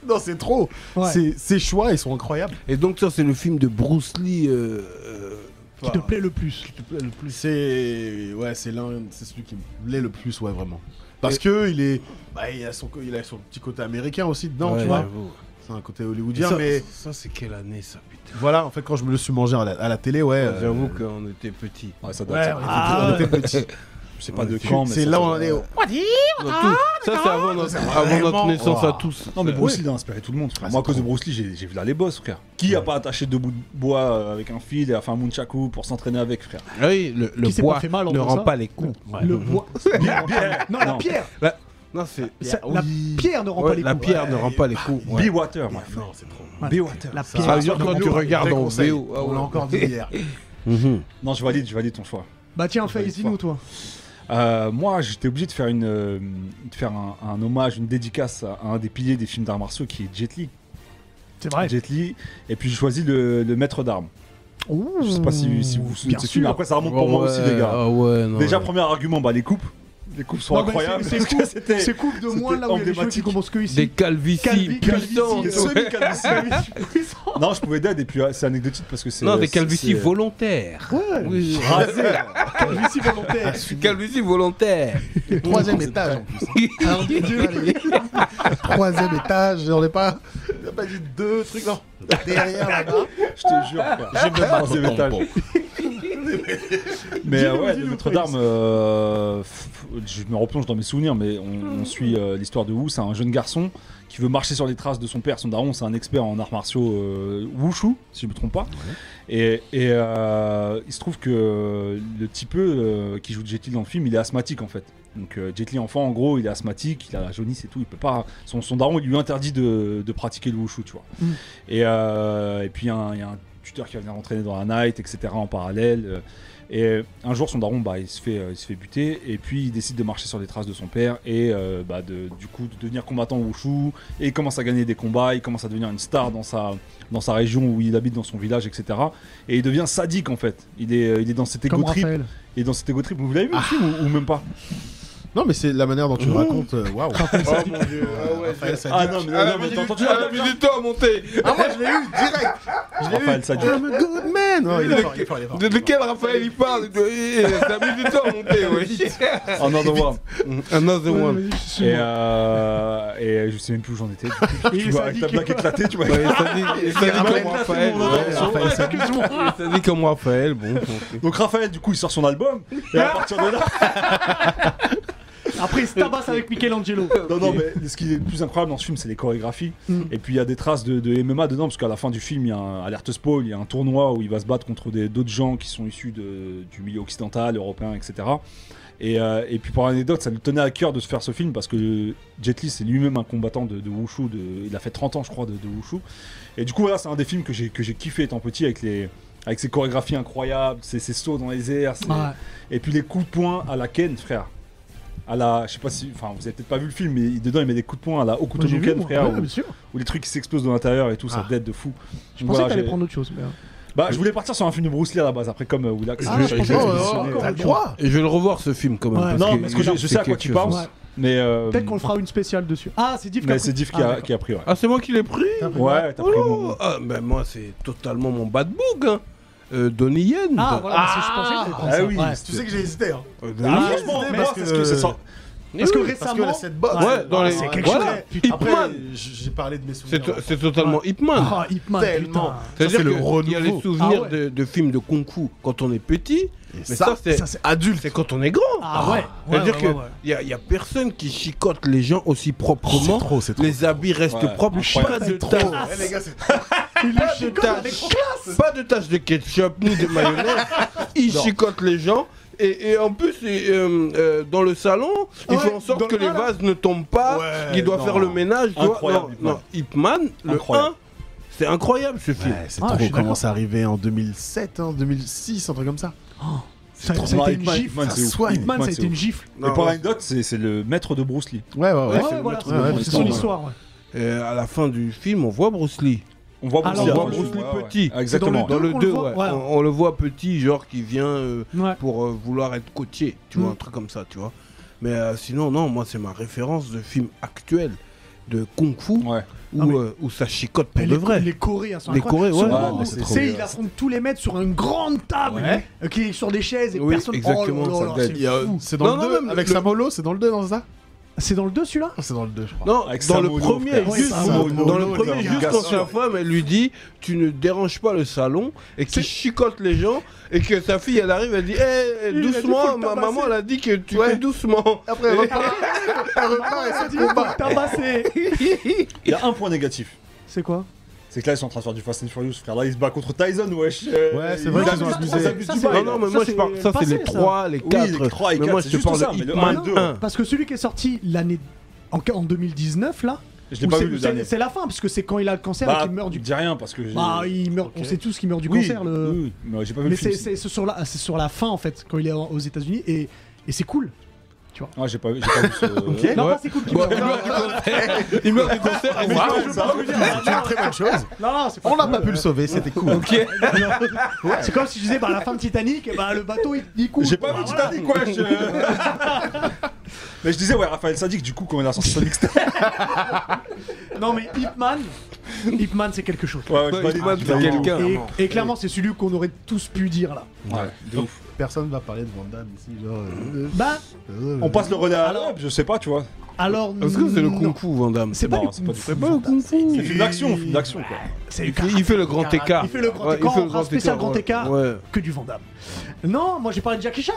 non, c'est trop.
Ouais.
Ces- Ces choix, ils sont incroyables.
Et donc, ça, c'est le film de Bruce Lee. euh, euh,
Qui te plaît le plus
Le plus, c'est ouais, c'est l'un, c'est celui qui me plaît le plus, ouais, vraiment. Parce que il est, bah, il a son, co- il a son petit côté américain aussi dedans,
ouais,
tu vois.
j'avoue.
C'est un côté hollywoodien,
ça,
mais
ça, c'est quelle année, ça, putain
voilà. En fait, quand je me le suis mangé à la, à la télé, ouais. euh,
J'avoue qu'on était petits.
Ouais, ça doit
Ouais,
être. ça.
on était-
Ah,
on était petits.
Je sais pas de
Tu-
quand, mais.
C'est
ça,
là
ça
où on
doit-
en est. au-
Non, tout- Ça, c'est avant notre, avant
vraiment-
notre naissance
Ouah.
à tous.
Non, mais
Ça-
Bruce Lee il a inspiré tout le monde. frère.
Ah,
Moi, à
c'est
cause de
trop.
Bruce Lee, j'ai j'ai vu là les boss, frère. Qui a pas attaché deux bouts de bois euh, avec un fil et a fait un munchaku pour s'entraîner avec, frère
Ah Oui, le, le
Qui s'est
bois
pas fait mal en
ne
faisant
rend
ça
pas les coups.
Le bois.
Bien, bien.
Non, la
Non.
pierre
La- Non, c'est.
Ça-
oui.
La pierre ne rend
Ouais,
pas les
la
coups.
pierre ne rend pas les coups. ouais.
Be water, my friend.
Non, c'est trop.
Ouais.
Be water.
La
Ça-
pierre.
dire
Nous,
quand tu
on-
regardes
vrai
en
conseil,
VO, ah
on
ouais.
l'a encore dit hier.
Mhm.
Non, je valide, je valide ton choix.
Bah tiens,
Je vais
fais
aller
dis-nous, toi.
Euh, moi, j'étais obligé de faire, une, euh, de faire un, un hommage, une dédicace à un des piliers des films d'arts martiaux qui est Jet Li.
C'est vrai.
Jet Li, et puis je choisis le, le maître d'armes. Je sais pas si, si vous vous souvenez
Bien
de ce film,
sûr.
après ça remonte pour moi aussi, les gars.
Ah ouais, non.
Déjà,
ouais.
premier argument, bah les coupes. Les coupes sont
Non, mais
incroyables.
c'est- c'est
parce que
cool.
c'était-
C'est coupe de
C'était
moins là où il y a des cheveux qui
emblématique.
commencent que ici.
Des calvities
Calvi-
puissantes.
calvities,
Des
ouais.
semi-calvities. Non, je pouvais d'aide, et puis euh, c'est anecdotique parce que c'est.
Non, des
c'est-
calvities
c'est-
volontaires.
Ouais.
Oui.
Rasé.
Calvitie volontaire.
Calvitie volontaire.
Le troisième étage en plus. Ah, on dit pas, les gars. troisième étage, j'en ai pas. J'ai pas dit deux trucs, non. Derrière là-bas.
Je te jure, frère.
J'ai même pas
Troisième
de
étage.
tampon.
Mais euh,
Dis-nous,
ouais,
dis-nous,
le maître
Prince.
d'armes, euh, pff, je me replonge dans mes souvenirs, mais on, on suit euh, l'histoire de Wu, c'est un jeune garçon qui veut marcher sur les traces de son père. Son daron, c'est un expert en arts martiaux euh, wushu, si je me trompe pas. Et, et, euh, il se trouve que le petit peu euh, qui joue Jet Li dans le film, il est asthmatique en fait. Donc euh, Jet Li enfant, en gros, il est asthmatique, il a la jaunisse et tout, il peut pas. Son, son daron, il lui interdit de, de pratiquer le wushu, tu vois.
Mm.
Et, euh, et puis il y a un- il y a un tuteur qui va venir entraîner dans la night, etc. en parallèle. euh, et un jour, son daron, bah, il, se fait, euh, il se fait buter, et puis il décide de marcher sur les traces de son père, et euh, bah, de- du coup, de devenir combattant Wushu, et il commence à gagner des combats, il commence à devenir une star dans sa, dans sa région où il habite, dans son village, etc. Et il devient sadique, en fait. Il est, euh, il est dans cet
Comme
égo trip.
Raphaël. Ah.
Il est dans cet égo trip. Vous l'avez vu le film ou, ou même pas
Non, mais c'est la manière dont tu le racontes. euh, Waouh.
Oh mon dieu.
Ah ouais,
Raphaël Sadik.
Ah non, mais,
À la
non, mais
minute-
t'as entendu
à la minute du temps à monter.
Ah, moi je l'ai eu direct.
ah,
Je l'ai eu.
Raphaël Sadik.
I'm a good man. Non, il est fort, il est fort, il est fort.
De, de quel Raphaël il parle de- eh, eh, Ça a mis du temps à monter, ouais.
Oh non, non, non.
Another
Ouais,
one.
vas-y, je suis
Et,
moi.
euh, et je sais même plus où j'en étais. Du coup,
Il
tu
est
vois, avec ta
sadique.
blague éclatée, tu vois.
Ouais, ça dit, ça dit
Ah,
comme Raphaël.
mon
ouais.
attention.
Raphaël Sadik.
Ça dit comme Raphaël, bon. ok.
Donc Raphaël, du coup, il sort son album, et à partir de là.
Après, il se tabasse avec Michelangelo.
Non, non, mais ce qui est le plus incroyable dans ce film, c'est les chorégraphies.
Mm.
Et puis il y a des traces de, de MMA dedans, parce qu'à la fin du film, il y a un alerte spoil, il y a un tournoi où il va se battre contre des- d'autres gens qui sont issus de- du milieu occidental, européen, etc. Et, euh, et puis pour anecdote, ça lui tenait à cœur de se faire ce film parce que Jet Li, c'est lui-même un combattant de, de Wushu. de- il a fait 30 ans, je crois, de, de Wushu. Et du coup, voilà, c'est un des films que j'ai que j'ai kiffé étant petit avec les. Avec ses chorégraphies incroyables, ses, ses sauts dans les airs, ses-
Ouais.
et puis les coups de poing à la Ken, frère. À la, je sais pas si, enfin, vous avez peut-être pas vu le film, mais il- dedans il met des coups de poing à la
Moi, j'ai
Okutono
vu,
Ken,
moi.
frère,
Ouais,
où,
bien sûr.
où les trucs qui s'explosent de l'intérieur et tout, ça
Ah.
date de fou.
Je
Voilà,
pensais que t'allais
j'ai-
prendre autre chose. mais, euh,
Bah, je voulais partir sur un film de Bruce Lee à la base, après comme euh, Willax.
Ah, je pensais que
Oh,
c'était
oh,
sur-
oh,
encore
t'as le
autre
droit.
Et je vais le revoir ce film quand même.
Ouais.
Non, parce que je- je sais à quoi tu
quelque
chose.
penses.
Ouais.
mais euh,
Peut-être qu'on le fera une spéciale dessus. Ah, c'est Div qui a
mais
pris-
c'est Div qui,
Ah,
a,
d'accord.
qui a pris, ouais.
Ah, c'est moi qui l'ai pris
ouais, t'as pris mon.
Oh, ah, ben moi, c'est totalement mon bad book. Hein. Euh, Donnie Yen.
Ah, voilà, parce que je pensais que t'allais prendre
Ah
ça.
oui,
ouais.
Tu sais que j'ai hésité. Hein.
Euh,
Ah,
Donnie Yen.
franchement, moi,
mais parce
c'est
que-
ce que c'est ça.
Parce que
Parce que
récemment.
la cette botte.
Ouais,
euh,
dans les-
c'est
quelque
voilà.
chose.
Putain, Après,
Hitman.
j'ai parlé de mes
C'est
souvenirs.
to- c'est totalement Hipman.
Ah, Hitman,
Tellement.
putain.
C'est-à-dire
c'est le
qu'il y a les
renouveau.
Ah
souvenirs
ouais.
de, de films de kung fu quand on est petit,
Et
mais
ça,
ça,
ça,
c'est
c'est
adulte, c'est quand on est grand.
Ah ouais.
C'est-à-dire
ouais,
qu'il
ouais, ouais.
y, a- y a personne qui chicote les gens aussi proprement.
trop, c'est trop.
les habits restent
Ouais,
propres,
incroyable.
pas de,
Trop.
taches,
Eh, les gars, c'est
Il le chicote
tache.
avec-
pas de taches de ketchup ni de mayonnaise. Ils chicotent les gens. Et, et en plus, et, euh, euh, dans le salon,
Ouais,
ils font en sorte
dans
que
le
les
un, là.
vases ne tombent pas.
Ouais,
il doit
non.
faire le ménage. tu vois.
Incroyable,
Non, non, Hipman, le
Incroyable.
1, c'est incroyable ce film.
Ouais, c'est
Ah, je
trop.
suis
Comment c'est arrivé en 2007, hein, 2006, un truc comme ça.
Ça ça
Non,
a été une
Hitman,
gifle.
Hitman, c'est ouf.
Soit
Hitman, ça a
c'est
été une
ouf.
gifle.
Et pour anecdote, c'est c'est le maître de Bruce Lee.
Ouais, ouais,
Ouais,
ouais.
ouais, voilà,
ouais,
c'est
c'est
son
son
histoire. ouais.
Euh, à la fin du film, on voit Bruce Lee.
On voit
Ah, Alors,
Bruce
on
Lee, à la
voit
fin
Bruce
du film,
Lee
ouais, ouais.
petit.
Exactement.
C'est dans
Dans
le
le
qu'on
2,
le voit, ouais.
on, on le voit petit, genre qui vient euh,
Ouais. Mm.
pour euh, vouloir être côtier, tu vois, un truc comme ça, tu vois. Mais euh, sinon, non, moi, c'est ma référence de film actuel de Kung Fu
Ouais.
où,
Ah, mais-
euh, où ça chicote pour
Et
de
les,
vrai.
les Coréens sont
Les
incroyables.
Corées, ouais.
Son
Ouais,
groupe,
mais c'est
tu
trop
sais,
bien,
ils
c'est-
affrontent tous les mecs sur une grande table
Ouais.
euh, qui est sur des chaises et
Oui,
personne.
exactement,
Oh là
ça
là,
doit
c'est
être-
fou.
Il y a- C'est dans
Non, non,
le 2
même
avec
le-
Samolo, c'est dans le 2 dans ça
C'est dans le 2 celui-là
C'est dans le 2, je
Bah,
crois.
Non,
Avec
dans le
Samono,
premier,
frère.
Ouais,
juste,
Samono,
dans le
le
premier,
gars.
juste quand sa
Gasson.
femme elle lui dit tu ne déranges pas le salon et qu'il chicote les gens et que sa fille elle arrive elle dit Eh,
Il a dit, faut
doucement
le
ma
tabasser.
maman elle a dit que tu
Ouais.
fais doucement.
Après, elle repart, elle repart et
Ah,
ça
dit,
se combat.
tabassé.
Il y a un point négatif.
C'est quoi
C'est que là, ils sont en train de faire du Fast and Furious, frère. Là, ils se battent contre Tyson, wesh. Euh,
Ouais, c'est
ils
vrai qu'ils
abusent-
ont abusé.
ils abusent
Ça,
du
c'est-
bail,
Non,
là.
non, mais
Ça,
moi je
c'est
parle, ça c'est
passé,
les
ça.
3, les
Oui,
4.
les 3 et
mais moi
4,
je te
Ah
c'est juste
parle
ça,
de
mais le
Hitman
un,
1.
Parce que celui qui est sorti l'année en, en 2019 là,
Je l'ai
Ou
pas
c'est-
vu le
c'est-
dernier.
C'est la fin, parce que c'est quand il a le cancer et
Bah,
qu'il meurt du.
Dis rien parce que. j'ai-
Bah, il meurt. On
Ok.
sait tous qu'il meurt du
Oui,
cancer. le...
oui, oui, mais j'ai pas vu
Mais
le
c'est
film.
c'est- c'est sur la, c'est sur la fin en fait, quand il est en- aux États-Unis et, et c'est cool.
Ah, j'ai pas vu. j'ai pas vu ce-
Ok.
Non,
Ouais.
pas c'est cool. qu'il
Bon,
meurt.
il
non,
meurt du cancer. Il meurt du cancer.
Ah,
Mais
Waouh.
je peux- je peux pas vous dire.
C'est une très bonne chose.
non, non, c'est pas
On n'a
cool,
pas pu
euh.
le sauver, c'était cool.
Non. C'est comme si je disais, bah, à la fin de Titanic, et bah, le bateau il, il coule.
J'ai pas
Bah,
vu
voilà.
Titanic, quoi. je- Mais je disais, ouais, Raphaël Sadik, du coup, quand il a sorti Sonic, c'était.
Non, mais Ip Man, Ip Man, c'est quelque chose.
Ouais, ouais, je
Ouais,
valide,
Hitman,
je
c'est
valide.
quelqu'un.
Et,
Clairement.
et clairement, c'est celui qu'on aurait tous pu dire là.
Ouais, de ouf.
Personne va parler de Van Damme ici, genre. euh,
Bah,
euh,
On passe le relais à
Alors-
Hop, je sais pas, tu vois.
alors.
Est-ce que c'est le
non.
kung fu, Van Damme
C'est pas,
Non,
le
c'est pas du
kung-fu.
pas le kung
C'est
fu.
une action, film d'action, quoi.
C'est
Il
du
fait- il fait le grand
karaté.
écart.
Il fait le grand
Ouais, il
écart.
fait le
on fera un
grand
spécial
écart,
grand
ouais.
écart
Ouais.
que du Vandame. Non, moi j'ai parlé de Jackie Chan.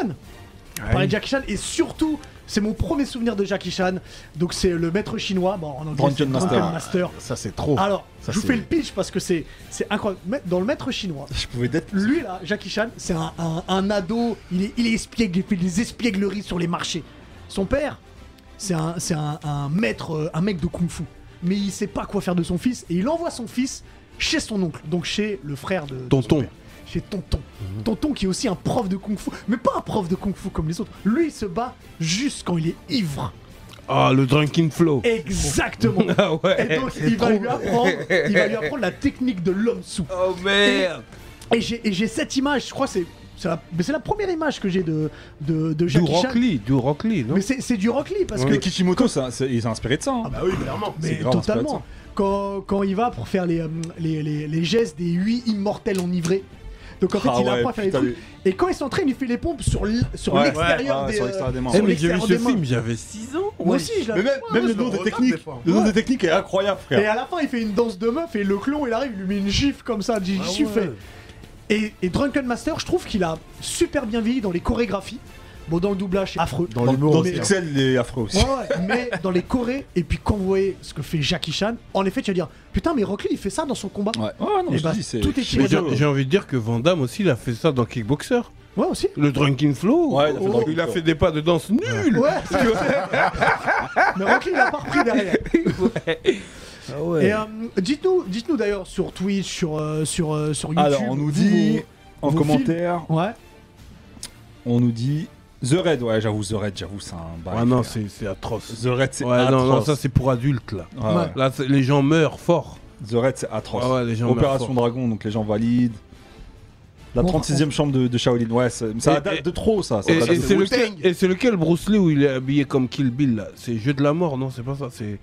J'ai parlé de Jackie Chan et surtout, c'est mon premier souvenir de Jackie Chan. Donc c'est le maître chinois, bon, en anglais,
Drunken
c'est Drunken
Master. Oh,
Master.
Ça, c'est trop.
Alors,
Ça,
je vous
c'est-
fais le pitch parce que c'est c'est incroyable. Mais Dans le maître chinois,
Je pouvais d'être.
lui là, Jackie Chan, c'est un, un- un ado, il est, il est espiègle, il fait des espiègleries sur les marchés. Son père, c'est un, c'est un, un maître, euh, un mec de kung fu. Mais il sait pas quoi faire de son fils et il envoie son fils chez son oncle, donc chez le frère de. de son
Tonton.
père. Chez Tonton. Tonton qui est aussi un prof de kung fu, mais pas un prof de kung fu comme les autres. Lui, il se bat juste quand il est ivre.
Ah, le Drunken Flow.
Exactement. Et
Ah ouais.
donc, il va, lui apprendre, il va lui apprendre la technique de l'homme sou.
Oh merde.
Et j'ai, et j'ai cette image, je crois que c'est, c'est, la, mais c'est la première image que j'ai de, de, de
Du
Jackie
Rock
Chan.
Lee, du Rock Lee, non
Mais c'est, c'est du Rock Lee, parce
Mais
que.
Kishimoto, ça, c'est- il s'est inspiré de ça. hein.
Ah bah
oui, clairement.
Mais
grave, c'est pas
totalement.
ça.
Quand, quand il va pour faire les, euh, les, les, les gestes des huit immortels enivrés. Donc en fait,
Ah
il
ouais,
apprend à faire les
putain,
trucs. Et quand il s'entraîne, il fait les pompes sur, l- sur
Ouais,
l'extérieur
ouais,
des.
sur
euh,
l'extérieur des mains.
Eh, mais j'ai
l'extérieur
vu ce
des mains.
film, j'avais 6 ans.
Moi aussi, je l'avais.
Mais même,
Ouais,
même
ouais,
le
je
nom
l'avais.
des
retape des
techniques,
fois.
le nom des techniques est incroyable,
Et
frère.
à la fin, il fait une danse de meuf et le clon, il arrive, il lui met une gifle comme ça, j'y
Ah
j'y suis
ouais.
fait. Et, et Drunken Master, je trouve qu'il a super bien vieilli dans les chorégraphies. Bon, dans le doublage, c'est affreux.
Dans
Dans,
l'humour
dans
hein.
aussi,
Pixel, il est affreux aussi. hein.
Ouais, ouais, mais dans les chorés, et puis quand vous voyez ce que fait Jackie Chan, en effet, tu vas dire Putain, mais Rock Lee, il fait ça dans son combat.
Ouais, ouais, non,
Et
je
bah,
te dis, c'est.
tout est
Mais
Ouais,
J'ai
ouais.
j'ai envie de dire que Van Damme aussi, il a fait ça dans Kickboxer.
Ouais, aussi.
Le Drunken Flow. Oh,
Ouais, il a fait Drunken
il a
Flow.
fait des pas de danse nuls.
Ouais, c'est- mais Rock Lee, il a pas repris derrière.
Ah
Et euh, dites-nous dites d'ailleurs sur Twitch, sur, euh, sur, euh, sur YouTube.
Alors, on nous dit en
vos
commentaire,
vous- Ouais.
on nous dit The Red. Ouais, j'avoue, The Red, j'avoue, c'est un bail.
Ah non,
frère.
c'est c'est atroce.
The Red, c'est
Ouais,
atroce.
non, non, ça c'est pour adultes là.
Ouais, ouais.
Là, c'est- les gens meurent fort.
The Red, c'est atroce.
Ah ouais, les gens
Opération
meurent fort.
Dragon, donc les gens valident. La
Bon,
36 e chambre de, de Shaolin, ouais, c'est- ça
Et-
date
et-
de trop ça. ça
Et,
date
et
de-
c'est lequel,
Wu-Tang.
et c'est lequel Bruce Lee où il est habillé comme Kill Bill là C'est Jeu de la mort, non C'est pas ça. C'est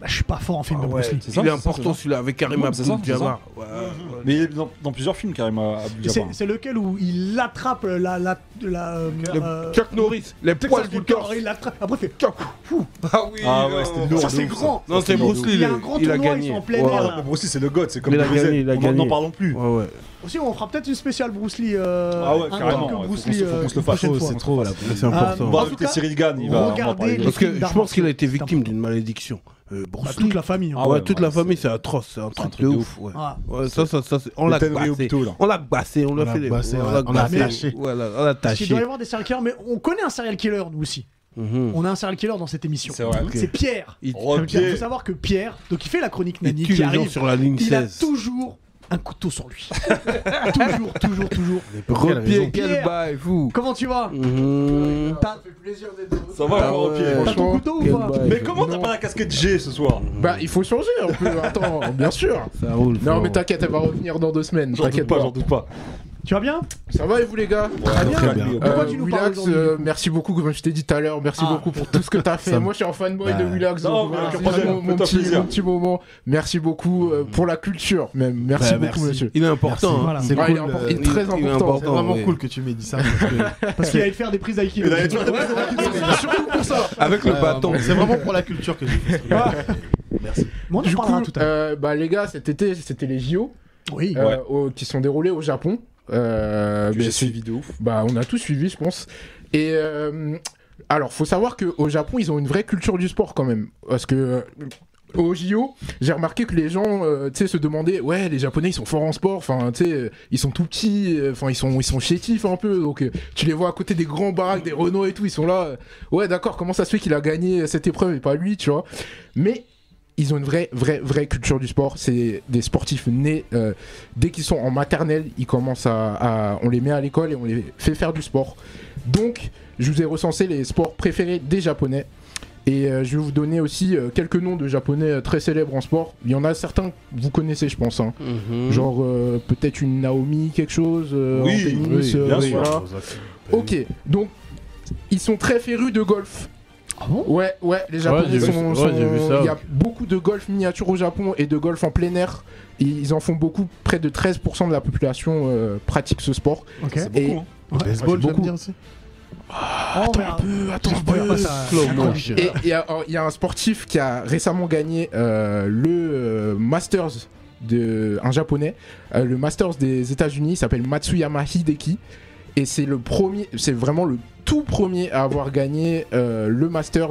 Bah, je suis pas fort en
Ah
film de Bruce Lee.
c'est ça,
il est
c'est ça,
important
c'est
celui-là avec
Ouais,
Karim
c'est ça,
Abdul-Jabbar. Ouais, ouais.
Mais il est dans, dans plusieurs films, Karim
Et
Abdul-Jabbar.
C'est c'est lequel où il attrape la. la, la euh,
Le-
euh,
Chuck Norris, les
Texas
poils du
Walker,
torse.
il l'attrape. Après, il fait.
Ah oui.
Ah ouais,
non.
c'était lourd.
Ça,
de
c'est
ouf,
grand.
Non, c'est
C'était
Bruce
lourd.
Lee.
Il y a un grand
il a
tournoi, ils
gagné.
sont en plein
Ouais.
air,
Ah,
là.
mais Bruce Lee, c'est le god, c'est comme
Mais il a
Brisette,
gagné, il a
on n'en-
gagné.
n'en parlons plus.
Ouais, ouais.
Aussi, on fera peut-être une spéciale Bruce Lee. euh,
Ah ouais,
un autre
carrément,
que
ouais, faut
Bruce
qu'on se-
Lee,
faut qu'on
euh,
se le fasse.
prochaine
Oh,
fois.
c'est trop, là.
C'est important.
Euh,
On
bah,
va
en
inviter
tout cas,
Cyril Gann, il va on va en
regardez
parler.
les-
Parce que
films
je pense qu'il a
d'armes,
été
c'est
victime d'une malédiction. Euh, Bruce
Bah,
Lee.
toute la famille. hein.
Ah
ouais,
ouais,
toute
ouais,
la famille,
c'est-
c'est atroce, c'est un truc, de ouf. ouais.
Ah.
Ouais, ça, ça, ça, c'est- on l'a
Tenryu
bassé.
Obito, là.
On l'a bassé, on
On
l'a
l'a
fait. les-
bassé,
on
ouais.
l'a
On l'a
bassé.
taché.
Voilà, on l'a
Parce qu'il doit y
taché.
avoir des serial killers, mais on connaît un serial killer, nous aussi.
Mhm.
On a un serial killer dans cette émission.
C'est vrai.
Ok.
C'est Pierre.
Il-
Il faut
Repied.
savoir que Pierre, donc il fait la chronique Nani,
Il tue
qui
les gens
arrive,
sur la ligne
il a
16.
toujours un couteau sur lui. toujours, toujours, toujours.
Repied,
Pierre.
quel bail, vous
Comment tu vas
Mhm.
T'as
Ça va,
Ah
encore
ouais.
Repied.
t'as ton couteau
quel
ou pas
bail.
Mais comment t'as pas la casquette G ce soir
Bah, il faut changer un peu, attends, bien sûr.
Ça roule.
Non,
frérot.
mais t'inquiète, elle va revenir dans deux semaines.
J'en doute
T'inquiète
pas,
pas.
j'en doute pas.
Tu vas bien
Ça va et vous, les gars Euh,
Très
Ah, bien.
bien.
Pourquoi tu nous parles
Willax,
aujourd'hui,
euh,
du coup
merci beaucoup, comme je t'ai dit tout à l'heure, merci
Ah.
beaucoup pour tout ce que t'as fait.
Ça me-
Moi, je suis un fanboy
Bah.
de Willax,
Non,
donc
mais
voilà,
aucun
c'est
problème,
mon, mon
fais-toi
petit,
plaisir.
mon petit moment. Merci beaucoup euh, pour la culture, même. Merci
Bah,
beaucoup,
merci.
monsieur.
Il est important.
Merci,
hein.
voilà.
C'est
Ouais,
cool,
il est impor-
euh,
il est très
il est
important.
C'est
important.
vraiment
ouais.
cool que tu m'aies dit ça. parce que-
Parce qu'il allait te faire des prises Aikido.
Il allait te faire des
Ouais,
prises
Avec le
Ouais,
bâton.
vraiment, C'est vraiment pour la culture que j'ai fait. ce truc.
Bon, on en
Du coup,
parlera tout à l'heure.
euh, bah, les gars, cet été, c'était les JO
Oui.
euh, au- qui sont déroulés au Japon. Euh,
Que
mais
J'ai
c'est-
suivi de ouf.
Bah, on a tous suivi, je pense. Et euh, alors, faut savoir qu'au Japon, ils ont une vraie culture du sport quand même. Parce que euh, au JO, j'ai remarqué que les gens, euh, tu sais, se demandaient Ouais, les Japonais, ils sont forts en sport. Enfin, tu sais, euh, ils sont tout petits. euh, Enfin, ils sont, ils sont chétifs un peu. Donc, euh, tu les vois à côté des grands baraques, des Renault et tout. Ils sont là. euh, ouais, d'accord, comment ça se fait qu'il a gagné cette épreuve et pas lui, tu vois Mais ils ont une vraie, vraie, vraie culture du sport. C'est des sportifs nés. euh, dès qu'ils sont en maternelle, ils commencent à, à- On les met à l'école et on les fait faire du sport. Donc, je vous ai recensé les sports préférés des Japonais. Et euh, je vais vous donner aussi euh, quelques noms de Japonais euh, très célèbres en sport. Il y en a certains que vous connaissez, je pense. hein.
Mhm.
Genre, euh, peut-être une Naomi, quelque chose. euh,
Mhm. Oui,
en tennis,
oui,
euh,
bien sûr.
voilà. Ok, donc ils sont très férus de golf.
Ah bon
Ouais, ouais, les Japonais
j'ai vu
sont.
ça, ouais,
sont-
j'ai vu ça.
Il y a beaucoup de golf miniature au Japon et de golf en plein air. Et Ils en font beaucoup, près de 13% de la population euh, pratique ce sport.
Ok.
C'est
Et-
beaucoup. hein.
Baseball, j'aime bien
aussi.
Ah, attends un peu, attends un peu. Ah, Pas ça.
Slow
Incroyable.
motion.
Et il y, a- il y a un sportif qui a récemment gagné euh, le euh, Masters. De, un japonais, euh, le Masters des États-Unis il s'appelle Matsuyama Hideki et c'est le premier, c'est vraiment le tout premier à avoir gagné euh, le Masters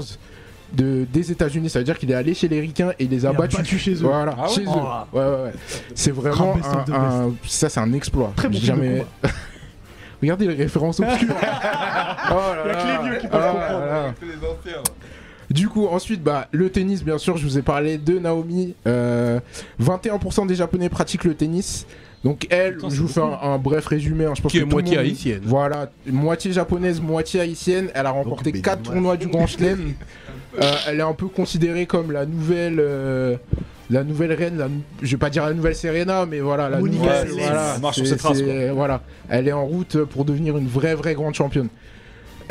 de, des États-Unis. Ça veut dire qu'il est allé chez les Ricains et il les
Il
a
a
battus.
battu chez eux.
Voilà,
Ah ouais
chez eux.
Oh.
Ouais, ouais, ouais. C'est vraiment
Grand best of the
un, un- ça, c'est un exploit.
Très bon
J'ai
film de
jamais. Regardez les références obscures. oh là
Il y a que
là.
les vieux qui peuvent
Ah
comprendre.
là là. Du coup, ensuite, bah, le tennis, bien sûr, je vous ai parlé de Naomi. Euh, 21% des Japonais pratiquent le tennis. Donc elle,
Putain, c'est
je vous fais un, un bref résumé. hein. Je pense
Qui
que
est
tout le
moitié
monde-
haïtienne.
Voilà, moitié japonaise, moitié haïtienne. Elle a remporté
béninoise.
4 tournois du Grand Chelem. Euh, elle est un peu considérée comme la nouvelle, euh, la nouvelle reine. la nou- je vais pas dire la nouvelle Serena, mais voilà, la
Monica
nouvelle.
Seles.
voilà,
Elle marche sur
c'est-
ses traces,
c'est-
quoi.
Voilà, elle est en route pour devenir une vraie, vraie grande championne.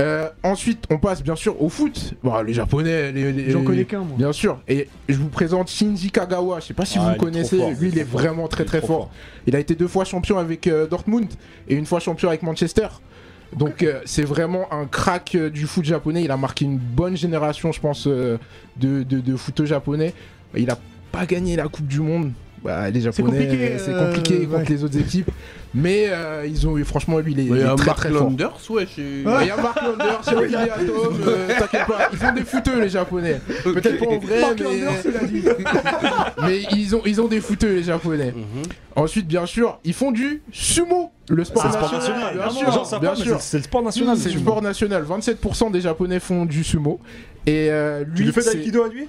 Euh, ensuite, on passe bien sûr au foot. Bon, les Japonais, les, les-
J'en connais qu'un, moi.
Bien sûr, et je vous présente Shinji Kagawa. Je sais pas si
Ah,
vous
il
le
est trop
connaissez.
fort,
Lui, il est
trop fort.
vraiment
Il
très
est
très
trop
fort. Il a été deux fois champion avec euh, Dortmund et une fois champion avec Manchester. Donc euh, c'est vraiment un crack euh, du foot japonais. Il a marqué une bonne génération, je pense, euh, de, de, de footeux japonais. Il a pas gagné la Coupe du Monde. Bah, les Japonais,
compliqué,
c'est
euh,
compliqué contre
ouais.
les autres équipes. Mais euh, ils ont, franchement, lui, il est,
Il y
euh,
il est
a
très,
Mark
très fort.
Landers, ouais. chez-
Il y a Mark Landers, il y a Olivier Atom, euh, t'inquiète pas, ils ont des fouteux les japonais. Peut-être pas en vrai,
Mark
mais,
Landers, il a dit.
mais ils, ont, ils ont des fouteux les japonais.
Mhm.
Ensuite, bien sûr, ils font du sumo, le sport
C'est le sport
national.
national. Ah
bien
Vraiment,
sûr,
les gens savent
bien
pas, mais
sûr.
c'est- C'est le sport national.
C'est
le
le
sumo.
sport national, 27% des japonais font du sumo. Et euh, lui,
Tu lui fais
c'est-
d'aïkido à lui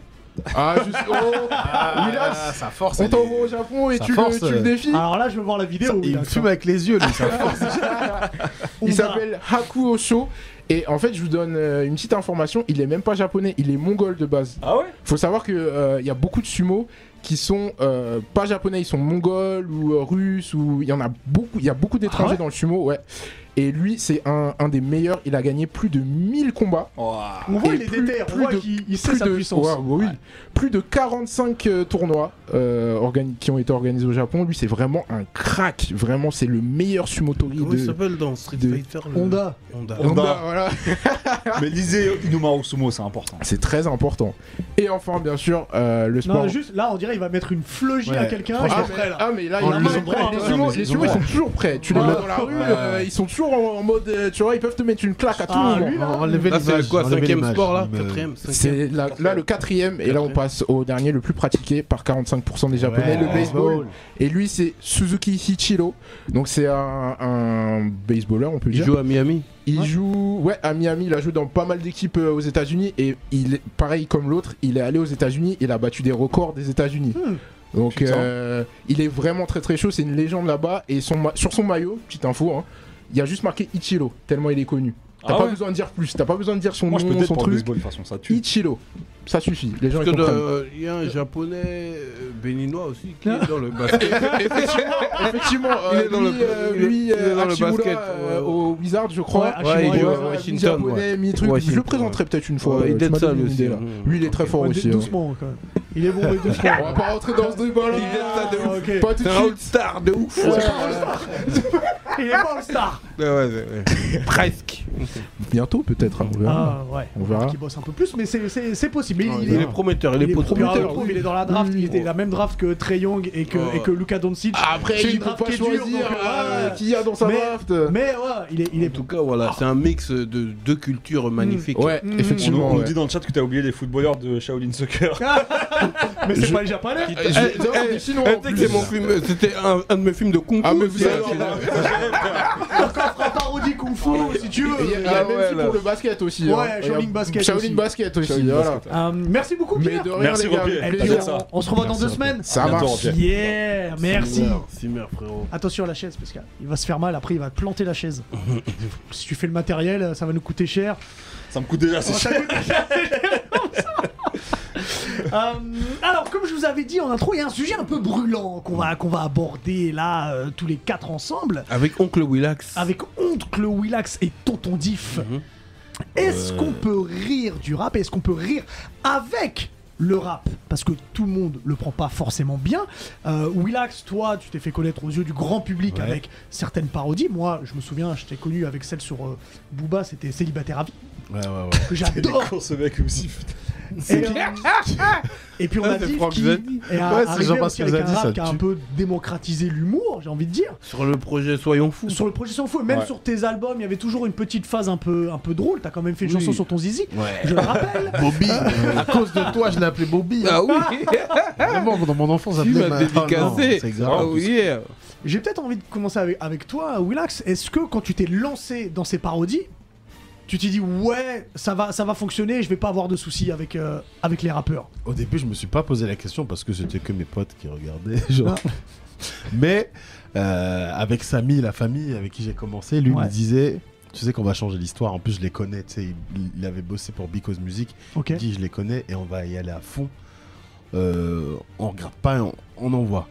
Ah, je suis- oh,
Ah,
Relax.
ça force.
on
elle
t'envoie
est-
au Japon et
Ça
tu,
force,
le, tu le
euh.
défies.
ah,
Alors là, je veux voir la vidéo.
Ça,
oui,
Il me
d'accord.
fume avec les yeux, lui. Ça force.
On
Il
verra.
s'appelle Haku Osho. Et en fait, je vous donne euh, une petite information, il est même pas japonais, il est mongol de base.
Ah ouais
Faut savoir que euh, il y a beaucoup de sumo qui sont euh, pas japonais, ils sont mongols ou euh, russes ou il y en a beaucoup, il y a beaucoup d'étrangers
Ah ouais
dans le sumo, ouais. Et lui, c'est un, un des meilleurs, il a gagné plus de 1000 combats.
Ouah.
On voit,
Et
il est
plus-
déter, on
plus
voit
de-
qu'il il sait
plus
sa
de,
puissance.
Ouais, oui. plus de 45 euh, tournois euh, organi- qui ont été organisés au Japon. Lui, c'est vraiment un crack. Vraiment, c'est le meilleur sumotori
Ah
Comment il
de
s'appelle dans Street
de-
Fighter le-
Honda.
Honda.
Honda.
voilà.
Mais lisez Inumaru Sumo, c'est important.
C'est très important. Et enfin, bien sûr, euh, le
Non,
sport.
juste là, on dirait il va mettre une fleugie à
Ouais.
quelqu'un.
Ah,
il est
mais,
prêt, là.
ah, mais là,
On
il y a
les
un-
ont prêts,
les
hein.
sumos,
Ah, mais
les
ils
sumos,
ont
ils sont
prêts.
toujours prêts. Tu les
Ouais.
mets dans la rue,
Ouais.
euh, ils sont toujours en, en mode, euh, tu vois, ils peuvent te mettre une claque à tout
Ah,
moment.
lui, là.
On va enlever
Là,
les
c'est
images,
quoi
enlever
Cinquième
l'image,
sport là
il me-
Quatrième cinquième
C'est la- là le quatrième, et là on
Quatrième.
passe au dernier, le plus pratiqué par 45% des Japonais, le baseball. Et lui, c'est Suzuki Hichiro. Donc, c'est un, un baseballer, on peut
Il
dire.
joue à Miami.
il
ouais.
joue, ouais, à Miami. Il a joué dans pas mal d'équipes euh, aux États-Unis. Et il, est- pareil comme l'autre, il est allé aux États-Unis. Il a battu des records des États-Unis.
Hmm.
Donc,
Putain.
euh, il est vraiment très très chaud. C'est une légende là-bas. Et son ma- sur son maillot, petite info, hein, il y a juste marqué Ichiro, tellement il est connu. T'as
Ah
pas
ouais
besoin de dire plus. T'as pas besoin de dire son
Moi, je peux
nom,
peut-être
son
prendre le
truc.
baseball, de toute façon, ça tue.
Ichiro, ça suffit. Les gens
Parce
ils
que
comprennent.
de- euh, il y a un japonais euh, béninois aussi qui est dans le basket.
effectivement, effectivement
Il
euh,
est dans
lui,
le-
euh,
il est-
lui,
il est
euh,
dans le
Hachimura,
basket,
euh,
ouais.
au Wizard, je crois.
Ouais, Hachimura,
il joue à
mi
Washington,
japonais, mi truc. Je le
Washington,
présenterai peut-être une fois.
Ouais, il
euh, tu
donne
m'as
ça,
donné
lui
une
aussi,
idée, là.
hein.
Lui, il est très fort
Ouais,
aussi. hein.
doucement quand même. Il est bon, mais doucement. Ah,
On va pas rentrer dans ce débat là.
Il donne ça de ouf.
Ok.
Pas
C'est
tout de
un
suite.
all-star de ouf.
Ouais.
Il est bon, le star.
Ouais, ouais, ouais. Presque.
Bientôt peut-être. hein, on verra.
Ah ouais.
On verra.
Qui bosse un peu plus, mais c'est- c'est c'est possible. Mais il- Oh.
Il est prometteur, il est prometteur.
il est dans la draft. Il était la même draft que Trey Young et que,
Ouais.
et que Luka Doncic.
Après,
C'est
il
une
peut
draft
pas
qui est dure,
choisir
donc,
euh,
ouais.
qui y a dans sa
Mais-
draft.
Mais ouais, il est, il est
En tout cas, voilà, c'est un mix de deux cultures magnifiques.
Ouais,
Mm.
On, nous-
effectivement.
on nous
ouais.
dit dans le chat que t'as oublié les footballeurs de Shaolin Soccer.
Mais c'est
Je-
pas les japonais.
Eh, je- d'ailleurs, on dit sinon, en
Eh, tu sais que
plus.
c'est mon film- C'était un, un de mes films de kung fu.
Ah, mais vous
c'est-
savez,
c'est-
on a-
Parodie Ghibli Kung Fu, si tu veux.
Il y a, il y a
Ah
le même
ouais,
truc
là.
pour le basket aussi.
Ouais,
hein.
Shaolin
Il y a
Basket
Shaolin
aussi.
Basket aussi,
Shaolin
voilà.
Basket.
Euh, merci beaucoup,
Mais
Pierre.
de rien,
Merci,
les gars.
Roger.
Et
Plaisir.
puis,
T'adores
on,
ça.
on se revoit dans deux semaines.
Ça
Bientôt,
marche.
Roger.
Yeah, merci.
Si meurt, frérot.
Attention à la chaise, parce qu'il va se faire mal, après il va planter la chaise. si tu fais le matériel, ça va nous coûter cher.
Ça me coûte déjà assez cher.
Euh, alors, comme je vous avais dit en intro, il y a un sujet un peu brûlant qu'on va, qu'on va aborder là, euh, tous les quatre ensemble,
Avec Oncle Willax.
avec Oncle Willax et Tonton Diff. Est-ce qu'on peut rire du rap et est-ce qu'on peut rire avec le rap Parce que tout le monde le prend pas forcément bien. Euh, Willax, toi, tu t'es fait connaître aux yeux du grand public avec certaines parodies. Moi, je me souviens, je t'ai connu avec celle sur euh, Booba, c'était Célibataire à vie,
Ouais, ouais, ouais.
que j'adore.
Pour ce mec aussi, putain.
Et, euh, et puis on a
C'est
dit
Franck
qui
Zed.
est
Ouais, c'est
arrivé
Jean-Pascal
aussi avec un
Zadi,
rap
ça
qui a
tue.
un peu démocratisé l'humour, j'ai envie de dire.
Sur le projet Soyons Fous.
Sur le projet Sans Fou, et même
Ouais.
sur tes albums, il y avait toujours une petite phase un peu, un peu drôle. T'as quand même fait une chanson sur ton zizi,
Ouais.
je le rappelle.
Bobby, à cause de toi, je l'ai appelé Bobby. hein.
Ah oui
Vraiment, dans mon enfance,
Tu
j'appelais
m'as dédicacé
C'est
Ah
grave.
oui
J'ai peut-être envie de commencer avec, avec toi, Willax. Est-ce que quand tu t'es lancé dans ces parodies, tu t'es dit ouais, ça va, ça va fonctionner, je vais pas avoir de soucis avec, euh, avec les rappeurs
Au début, je me suis pas posé la question parce que c'était que mes potes qui regardaient. genre. Mais euh, avec Samy, la famille avec qui j'ai commencé, lui
Ouais.
me disait Tu sais qu'on va changer l'histoire. En plus, je les connais. Tu sais, il, il avait bossé pour Because Music.
Ok.
Il dit Je les connais et on va y aller à fond. Euh, on regarde pas, on, on envoie.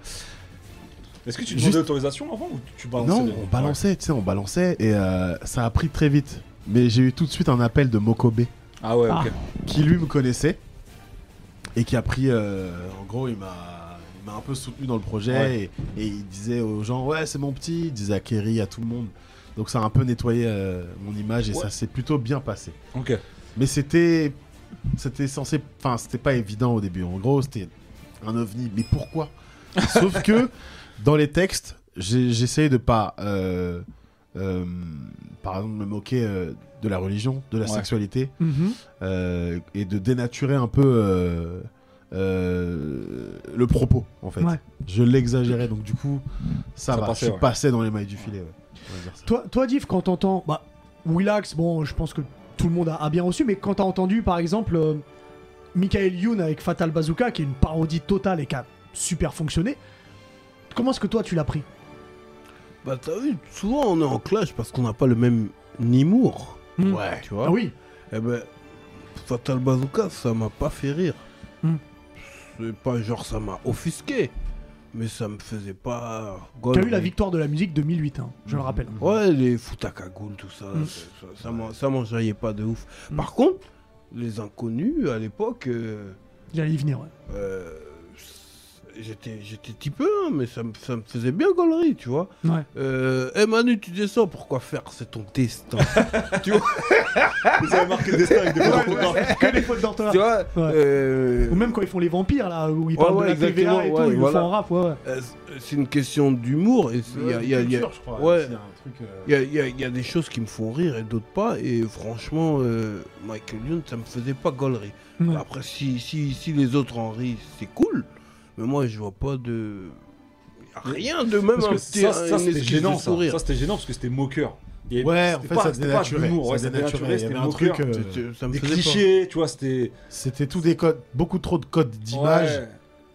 Est-ce que tu
Juste-
demandais l'autorisation avant ou tu balançais
Non,
les-
on balançait, tu sais, on balançait et euh, ça a pris très vite. Mais j'ai eu tout de suite un appel de Mokobé.
Ah ouais, ok.
qui lui me connaissait et qui a pris. euh, en gros, il m'a, il m'a un peu soutenu dans le projet
Ouais.
et, et il disait aux gens Ouais, c'est mon petit il disait à Kerry, à tout le monde. Donc ça a un peu nettoyé euh, mon image et
Ouais.
ça s'est plutôt bien passé.
Ok.
Mais c'était. C'était censé. Enfin, c'était pas évident au début. En gros, c'était un ovni. Mais pourquoi Sauf que dans les textes, j'ai- j'essayais de pas. euh, euh, par exemple, me moquer euh, de la religion, de la
Ouais.
sexualité
Mhm.
euh, et de dénaturer un peu euh, euh, le propos en fait.
Ouais.
Je l'exagérais donc du coup ça,
Ça
va,
passait,
je
ouais.
passais dans les mailles du filet. ouais. On va dire ça.
Toi, toi Diff, quand t'entends. Bah, Willax, bon, je pense que tout le monde a, a bien reçu, mais quand t'as entendu, par exemple, euh, Michael Youn avec Fatal Bazooka, qui est une parodie totale et qui a super fonctionné, comment est-ce que toi tu l'as pris
Bah t'as vu, souvent on est en clash parce qu'on n'a pas le même Nimour.
Mm.
Ouais. Tu vois
Ah oui
Eh ben, Fatal Bazooka, ça m'a pas fait rire.
Hmm.
C'est pas genre ça m'a offusqué, mais ça me faisait pas.
T'as eu la victoire de la musique 2008, hein, je le rappelle.
Ouais, les Futakagoul, tout ça,
Hmm.
ça, ça- ça m'en- ça m'enjaillait pas de ouf.
Hmm.
Par contre, les inconnus à l'époque, euh,
J'allais y venir, ouais.
euh, j'étais j'étais petit peu, hein, mais ça me ça me faisait bien gaulerie, tu vois.
Ouais.
Euh, Eh Manu, tu descends, pourquoi faire C'est ton destin.
Vous avez marqué le destin avec des photographes.
Que les fautes d'orthographe.
tu vois
Ouais.
euh,
Ou même quand ils font les vampires, là, où ils
Ouais,
parlent
ouais,
de la TVA et
exactement,
tout,
ouais,
ils
voilà.
le font en rap, ouais. ouais.
Euh, C'est une question d'humour. et c'est- Il y a- il y a- il y a-
Culture, je crois,
ouais.
c'est un truc, euh,
il y a- il y a- il y a des choses qui me font rire et d'autres pas. Et franchement, euh, Michael Youn, ça me faisait pas gaulerie.
Ouais.
Après, si, si, si les autres en rient, c'est cool. Mais moi, je vois pas de. Rien de même
Parce que
un petit-
ça, ça
une
c'était
esquisse
gênant.
de
Ça,
sourire.
Ça, c'était gênant parce que c'était moqueur. Et
Ouais, en
c'était
fait,
pas-
ça
c'était pas de
dénaturait.
l'humour, ouais,
ça
ça
dénaturait.
dénaturait,
Il y
c'était
avait un
moqueur.
truc. euh,
C'était- ça me
Des
faisait pas.
clichés, tu vois, c'était.
C'était tous des codes, beaucoup trop de codes d'image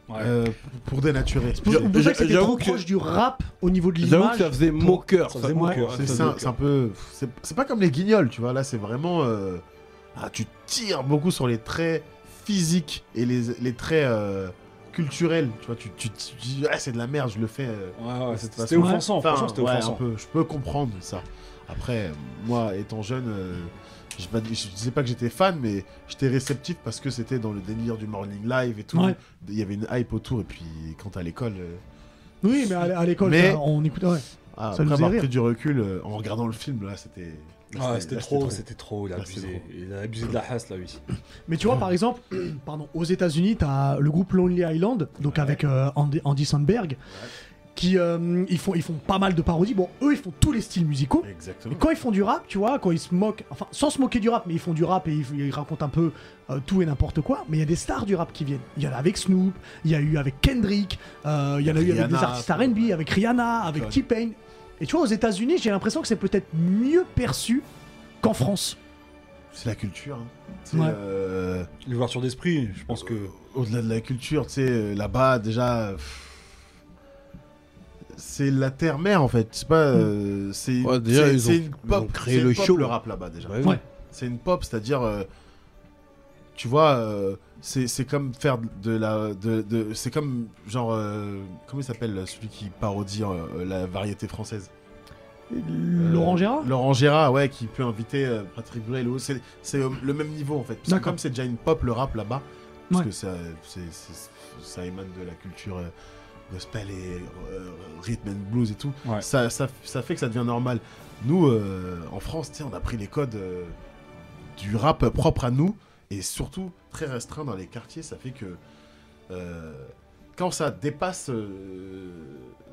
Ouais. Ouais.
euh, pour dénaturer.
C'est pour-
J'a-
on peut dire que c'était
j'avoue
trop
que-
proche du rap au niveau de
J'avoue que
l'image.
ça faisait moqueur.
Ça
Ça
faisait moqueur.
C'est
ça,
ça,
donc,
c'est un peu. C'est c'est pas comme les guignols, tu vois. Là, c'est vraiment. euh, ah, tu tires beaucoup sur les traits physiques et les, les traits euh, culturels. Tu vois, tu, tu, tu dis, ah, c'est de la merde, je le fais. euh,
Ouais, ouais,
de cette
c'était
façon.
c'était offensant,
Enfin,
franchement, c'était
ouais,
offensant.
un peu. Je peux comprendre ça. Après, moi, étant jeune, euh, je, pas- je disais pas que j'étais fan, mais j'étais réceptif parce que c'était dans le délire du morning live et tout.
Ouais.
Il y avait une hype autour. Et puis, quand t'es à l'école. euh,
Oui, mais à à l'école,
Mais-
ça, on écoute. Ouais.
ah,
Ça
après
nous faisait
avoir
rire.
pris du recul, euh, en regardant le film, là, c'était.
Ouais,
là, là,
Ah, c'était trop, c'était trop, il a
Là, c'est
abusé.
trop.
Il a abusé de la hasse, là, oui.
Mais tu vois, par exemple, pardon, aux États-Unis, t'as le groupe Lonely Island, donc avec euh, Andy, Andy Sandberg, qui euh, ils, font, ils font pas mal de parodies. Bon, eux, ils font tous les styles musicaux.
Exactement.
Mais quand ils font du rap, tu vois, quand ils se moquent, enfin, sans se moquer du rap, mais ils font du rap et ils, ils racontent un peu euh, tout et n'importe quoi. Mais il y a des stars du rap qui viennent. Il y en a avec Snoop, il y a eu avec Kendrick, euh, il y en a eu avec des
Rihanna,
artistes RB, avec Rihanna, avec
Con.
T-Pain. Et tu vois, aux États-Unis, j'ai l'impression que c'est peut-être mieux perçu qu'en France.
C'est la culture. hein. C'est,
Ouais.
euh,
L'ouverture d'esprit, je pense que.
Au-delà de la culture, tu sais, euh, là-bas, déjà. pff, C'est la terre-mère en fait, c'est pas. euh, c'est
Ouais, déjà,
c'est-
ils
c'est
ont-
une
ils
pop,
ont créé
c'est
le
une pop,
show.
le rap là-bas déjà.
Bah oui.
Ouais.
C'est une pop, c'est-à-dire, euh, tu vois, euh, c'est c'est comme faire de la, de, de- c'est comme genre, euh, comment il s'appelle celui qui parodie euh, la variété française.
Laurent Gérard
Euh, Laurent Gérard, ouais, qui peut inviter euh, Patrick Bruel. ou- C'est c'est, euh, le même niveau en fait. Parce que
D'accord.
comme c'est déjà une pop le rap là-bas, parce
Ouais.
que ça, c'est- c'est- ça émane de la culture euh, gospel et euh, rhythm and blues et tout,
Ouais.
ça, ça, ça fait que ça devient normal. Nous, euh, en France, tu sais, on a pris les codes euh, du rap propre à nous et surtout très restreint dans les quartiers. Ça fait que euh, quand ça dépasse euh,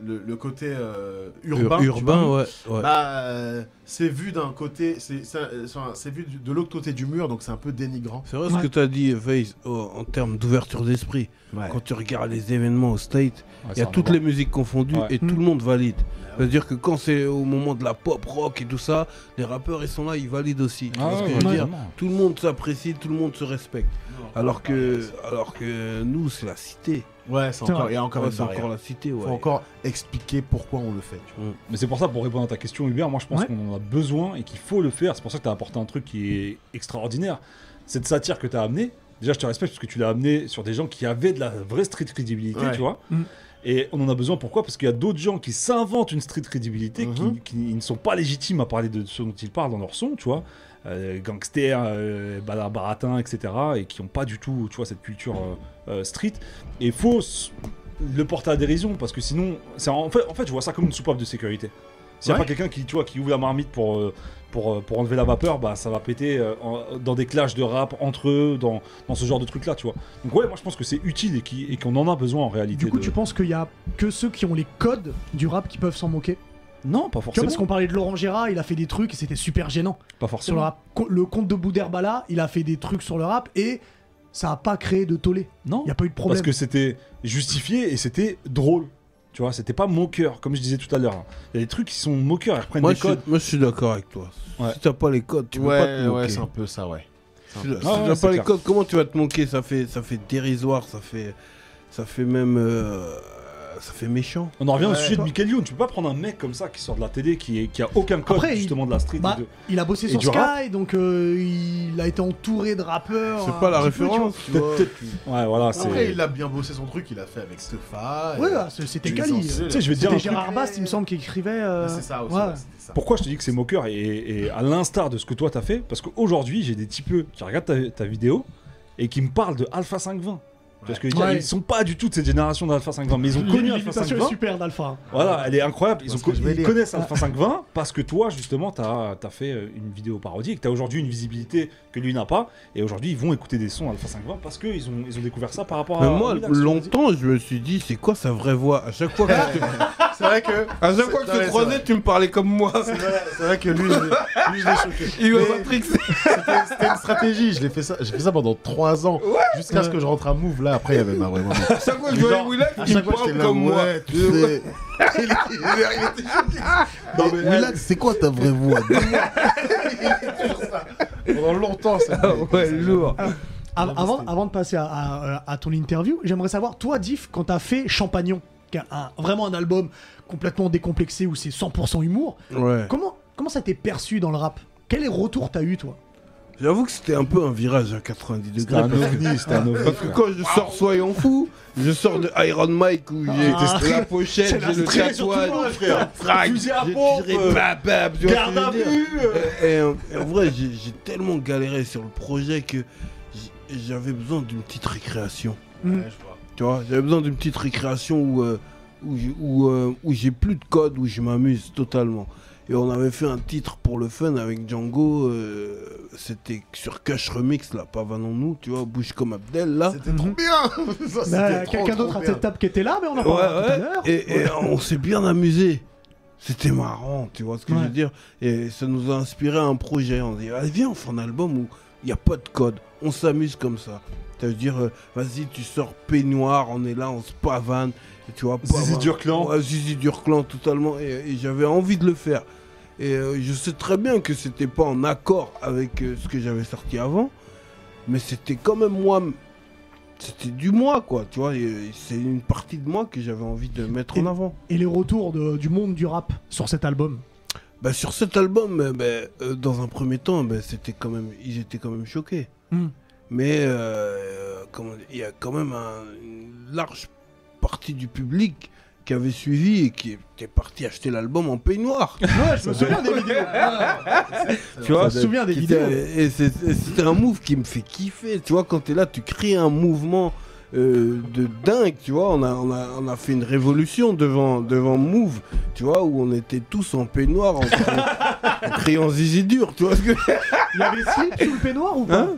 le, le côté euh, urbain, tu vois,
Urbain, ouais. ouais.
bah, euh, c'est vu d'un côté, c'est ça, euh, enfin, c'est vu du- de l'autre côté du mur, donc c'est un peu dénigrant.
C'est vrai
Ouais.
ce que tu as dit, Face, oh, en termes d'ouverture d'esprit. Quand tu regardes les événements au State, il y a toutes les musiques confondues
Ouais.
et
Mm.
tout le monde valide. C'est-à-dire que quand c'est au moment de la pop rock et tout ça, les rappeurs ils sont là, ils valident aussi.
Ah
Tu vois ce que je veux dire tout le monde s'apprécie, tout le monde se respecte. Alors que, alors que nous, c'est la cité.
Ouais, c'est
C'est
encore,
vrai.
il y a encore
Ouais,
une
c'est
barrière.
encore la cité, ouais.
Faut encore expliquer pourquoi on le fait. tu
Mais c'est pour ça, pour répondre à ta question, Hubert, moi je pense
Ouais.
qu'on en a besoin et qu'il faut le faire. C'est pour ça que tu as apporté un truc qui est extraordinaire. Cette satire que tu as amenée, déjà je te respecte parce que tu l'as amenée sur des gens qui avaient de la vraie street crédibilité,
Ouais.
tu vois.
Mm.
Et on en a besoin pourquoi Parce qu'il y a d'autres gens qui s'inventent une street crédibilité, qui-
Mhm.
qui, ne sont pas légitimes à parler de ce dont ils parlent dans leur son, tu vois. Euh, gangsters, euh, bala- baratins, etc. Et qui n'ont pas du tout, tu vois, cette culture euh, euh, street. Et il faut s- le porter à dérision parce que sinon, c'est en fait, en fait, je vois ça comme une soupape de sécurité. S'il n'y a
Ouais.
pas quelqu'un qui, tu vois, qui ouvre la marmite pour, euh, pour, euh, pour enlever la vapeur, bah, ça va péter euh, en- dans des clashs de rap entre eux, dans, dans ce genre de truc-là, tu vois. Donc ouais, moi je pense que c'est utile et qui- et qu'on en a besoin en réalité.
Du coup,
de-
tu penses qu'il y a que ceux qui ont les codes du rap qui peuvent s'en moquer
Non, pas
Tu vois,
forcément.
parce qu'on parlait de Laurent Gérard, il a fait des trucs et c'était super gênant. Sur
Pas
le,
forcément.
rap, co- le compte de Bouderbala, il a fait des trucs sur le rap et ça a pas créé de tollé.
Non.
Il n'y a pas eu de
parce
problème.
que c'était justifié et c'était drôle. Tu vois, c'était pas moqueur, comme je disais tout à l'heure. Il y a des trucs qui sont moqueurs, ils reprennent
Moi,
des
je suis,
codes.
moi, je suis d'accord avec toi.
Ouais.
Si t'as pas les codes, tu
vois.
peux pas te
Ouais, ouais,
moquer.
c'est un peu ça, ouais.
Si t'as- si
Ah ouais,
t'as
c'est
pas les
clair.
codes, comment tu vas te moquer ça fait, ça fait dérisoire, ça fait, ça fait même, euh, ça fait méchant.
On en revient au
Ouais.
sujet de Michael Youn. Tu peux pas prendre un mec comme ça qui sort de la télé, qui, est- qui a aucun code
Après, il-
justement de la street.
Bah,
et de-
il a bossé
et
sur
du
Sky,
rap.
donc euh, il a été entouré de rappeurs.
C'est
Oh, un
pas la
petit peu, tu vois.
référence, tu vois.
Peut-être- Ouais, voilà, c'est.
Après, il a bien bossé son truc, il a fait avec Stefa.
Ouais,
bah,
ouais, c'est- c'était
Tu les
Cali.
sens-
euh,
Tu sais, je vais te dire un
C'était
truc. Bah,
Gérard Bast, il me semble, qui écrivait. euh,
bah, C'est ça aussi.
ouais.
ouais, c'était ça.
Pourquoi je te dis que c'est moqueur et, et à l'instar de ce que toi t'as fait Parce qu'aujourd'hui, j'ai des typeux qui regardent ta, ta vidéo et qui me parlent de Alpha 520. Parce que je veux dire,
Ouais.
ils sont pas du tout de cette génération d'Alpha 520, mais ils ont connu Alpha
L'imitation est
520.
super d'Alpha.
Voilà, elle est incroyable. Ils,
Parce
ont
que
co-
je vais
ils
lire.
connaissent Alpha 520 parce que toi, justement, t'as as fait euh, une vidéo parodie et que t'as aujourd'hui une visibilité que lui n'a pas. Et aujourd'hui, ils vont écouter des sons Alpha 520 parce qu'ils ont, ils ont découvert ça par rapport à.
Mais moi,
Relax.
longtemps, je me suis dit, c'est quoi sa vraie voix À chaque fois que, je te-
C'est vrai que.
à chaque fois que
C'est-
je
ouais,
te
c'est
croisais,
vrai.
tu me parlais comme moi.
C'est vrai- c'est vrai que lui, je- lui, je l'ai choqué.
Il
Mais-
m'a matrixé.
C'était- C'était une stratégie, je l'ai fait ça, j'ai fait ça pendant 3 ans. Jusqu'à ce que je rentre à Move, là, après, il y avait ma vraie maman.
À chaque fois que je voyais
Genre,
Willax,
À
il me
chaque fois,
parle
j'étais là,
comme moi.
ouais, tu sais. Non, mais Willax, c'est quoi ta vraie voix Pendant longtemps, ça.
Ah ouais, lourd.
Av-
Vraiment,
avant,
c'était-
avant de passer à, à- à ton interview, j'aimerais savoir, toi, Diff, quand t'as fait Champagnon, qui est un- vraiment un album complètement décomplexé où c'est 100% humour,
Ouais.
comment, comment ça t'est perçu dans le rap Quel retour t'as eu, toi
J'avoue que c'était un peu un virage à 90
C'était
degrés.
un
parce que-
ovni, c'était un ovni.
Parce que quand je sors Soyons Fous, je sors de Iron Mike où j'ai
Ah.
la pochette, j'ai le
hein,
tatouage, frac, j'ai
Fusil à pompe,
tiré,
euh,
bam, bam, tu vois ce que
Garde à
je veux dire
vue euh.
Et, et en- et en vrai, j'ai j'ai tellement galéré sur le projet que j'- j'avais besoin d'une petite récréation. Tu vois, j'avais besoin d'une petite récréation où, euh, où, j'ai- où, euh, où j'ai plus de code, où je m'amuse totalement. Et on avait fait un titre pour le fun avec Django, euh, c'était sur Cash Remix, là, pavanons-nous, tu vois, bouge comme Abdel, là.
C'était trop bien Ça, c'était
Bah,
trop,
Quelqu'un
trop
d'autre à
bien.
cette table qui était là, mais on en
Ouais,
parlera tout à
ouais.
l'heure.
Et, et on s'est bien amusé. C'était marrant, tu vois ce que je
Ouais.
veux dire. Et ça nous a inspiré à un projet. On dit, allez, viens, on fait un album où il n'y a pas de code. On s'amuse comme ça. C'est-à-dire, euh, vas-y, tu sors peignoir, on est là, on se pavane. et Tu vois,
Zizi
pavane.
Durclan.
Ouais, Zizi Durclan, totalement. Et, et j'avais envie de le faire. Et euh, je sais très bien que c'était pas en accord avec euh, ce que j'avais sorti avant, mais c'était quand même moi. C'était du moi, quoi. Tu vois, et, euh, c'est une partie de moi que j'avais envie de mettre en avant.
Et les retours de- du monde du rap sur cet album
Bah, sur cet album, euh, bah, euh, dans un premier temps, bah, c'était quand même, ils étaient quand même choqués.
Hmm.
Mais euh, comment dire, il y a quand même un- une large partie du public qui avait suivi et qui était parti acheter l'album en peignoir.
Ouais, je me souviens des vidéos.
tu vois
Je me souviens des
qui
vidéos.
était- Et c'est- et c'était un move qui me fait kiffer. Tu vois, quand t'es là, tu crées un mouvement euh, de dingue. Tu vois, on a, on, a, on a fait une révolution devant, devant Move. Tu vois, où on était tous en peignoir, en, en- en criant zizi dur. Tu vois ce que
Il y avait Slip sous le peignoir ou pas
Hein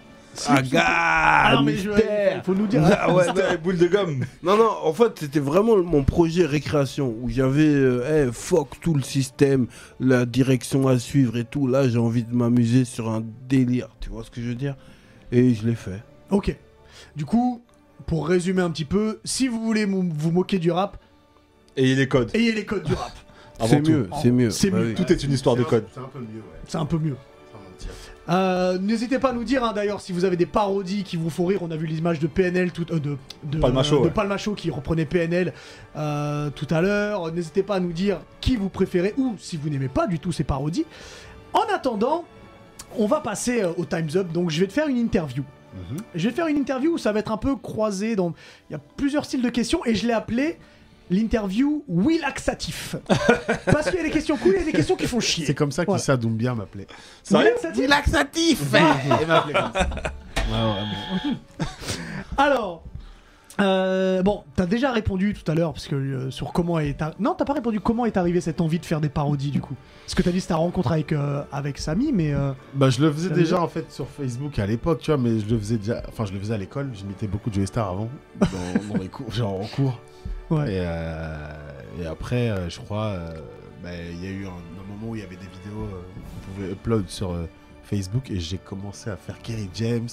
Ah, gars,
Ah non, mais je-
mystère.
il faut nous dire.
Ah ouais, non.
C'était les boules de gomme.
Non, non, en fait, c'était vraiment mon projet récréation où j'avais, euh, Eh, fuck tout le système, la direction à suivre et tout. Là, j'ai envie de m'amuser sur un délire, tu vois ce que je veux dire Et je l'ai fait.
Ok. Du coup, pour résumer un petit peu, si vous voulez mou- vous moquer du rap,
Et les codes.
ayez les codes du rap.
avant
C'est
tout.
mieux, c'est mieux.
C'est
bah
mieux.
oui.
Tout est une histoire de
C'est un-
code.
C'est un peu mieux, ouais.
C'est un peu mieux.
Sans mentir.
Euh, N'hésitez pas à nous dire hein, d'ailleurs si vous avez des parodies qui vous font rire. On a vu l'image de PNL, tout, euh, de, de,
Palmacho,
de
ouais.
Palmacho qui reprenait PNL euh, tout à l'heure. N'hésitez pas à nous dire qui vous préférez ou si vous n'aimez pas du tout ces parodies. En attendant, on va passer euh, au Time's Up. Donc je vais te faire une interview.
Mhm.
Je vais te faire une interview où ça va être un peu croisé. Dans... Il y a plusieurs styles de questions et je l'ai appelé l'interview relaxatif. Parce qu'il y a des questions cool et des questions qui font chier.
C'est comme ça
Voilà.
qu'Issa Doumbia m'appelait.
Sérieux
Relaxatif.
Relaxatif Elle m'appelait comme ça.
Alors, euh, bon, t'as déjà répondu tout à l'heure parce que euh, sur comment est arri- non t'as pas répondu comment est arrivée cette envie de faire des parodies du coup. Parce que t'as dit c'est ta rencontre avec euh, avec Samy, mais euh,
Bah, je le faisais
Ça
déjà
veut
en fait sur Facebook à l'époque, tu vois, mais je le faisais déjà. Enfin, je le faisais à l'école. J'imitais beaucoup de Joey Star avant, dans, dans les cours, genre en cours.
ouais.
Et, euh, et après, euh, je crois, euh, bah, il y a eu un, un moment où il y avait des vidéos euh, qu'on pouvait upload sur euh, Facebook et j'ai commencé à faire Kerry James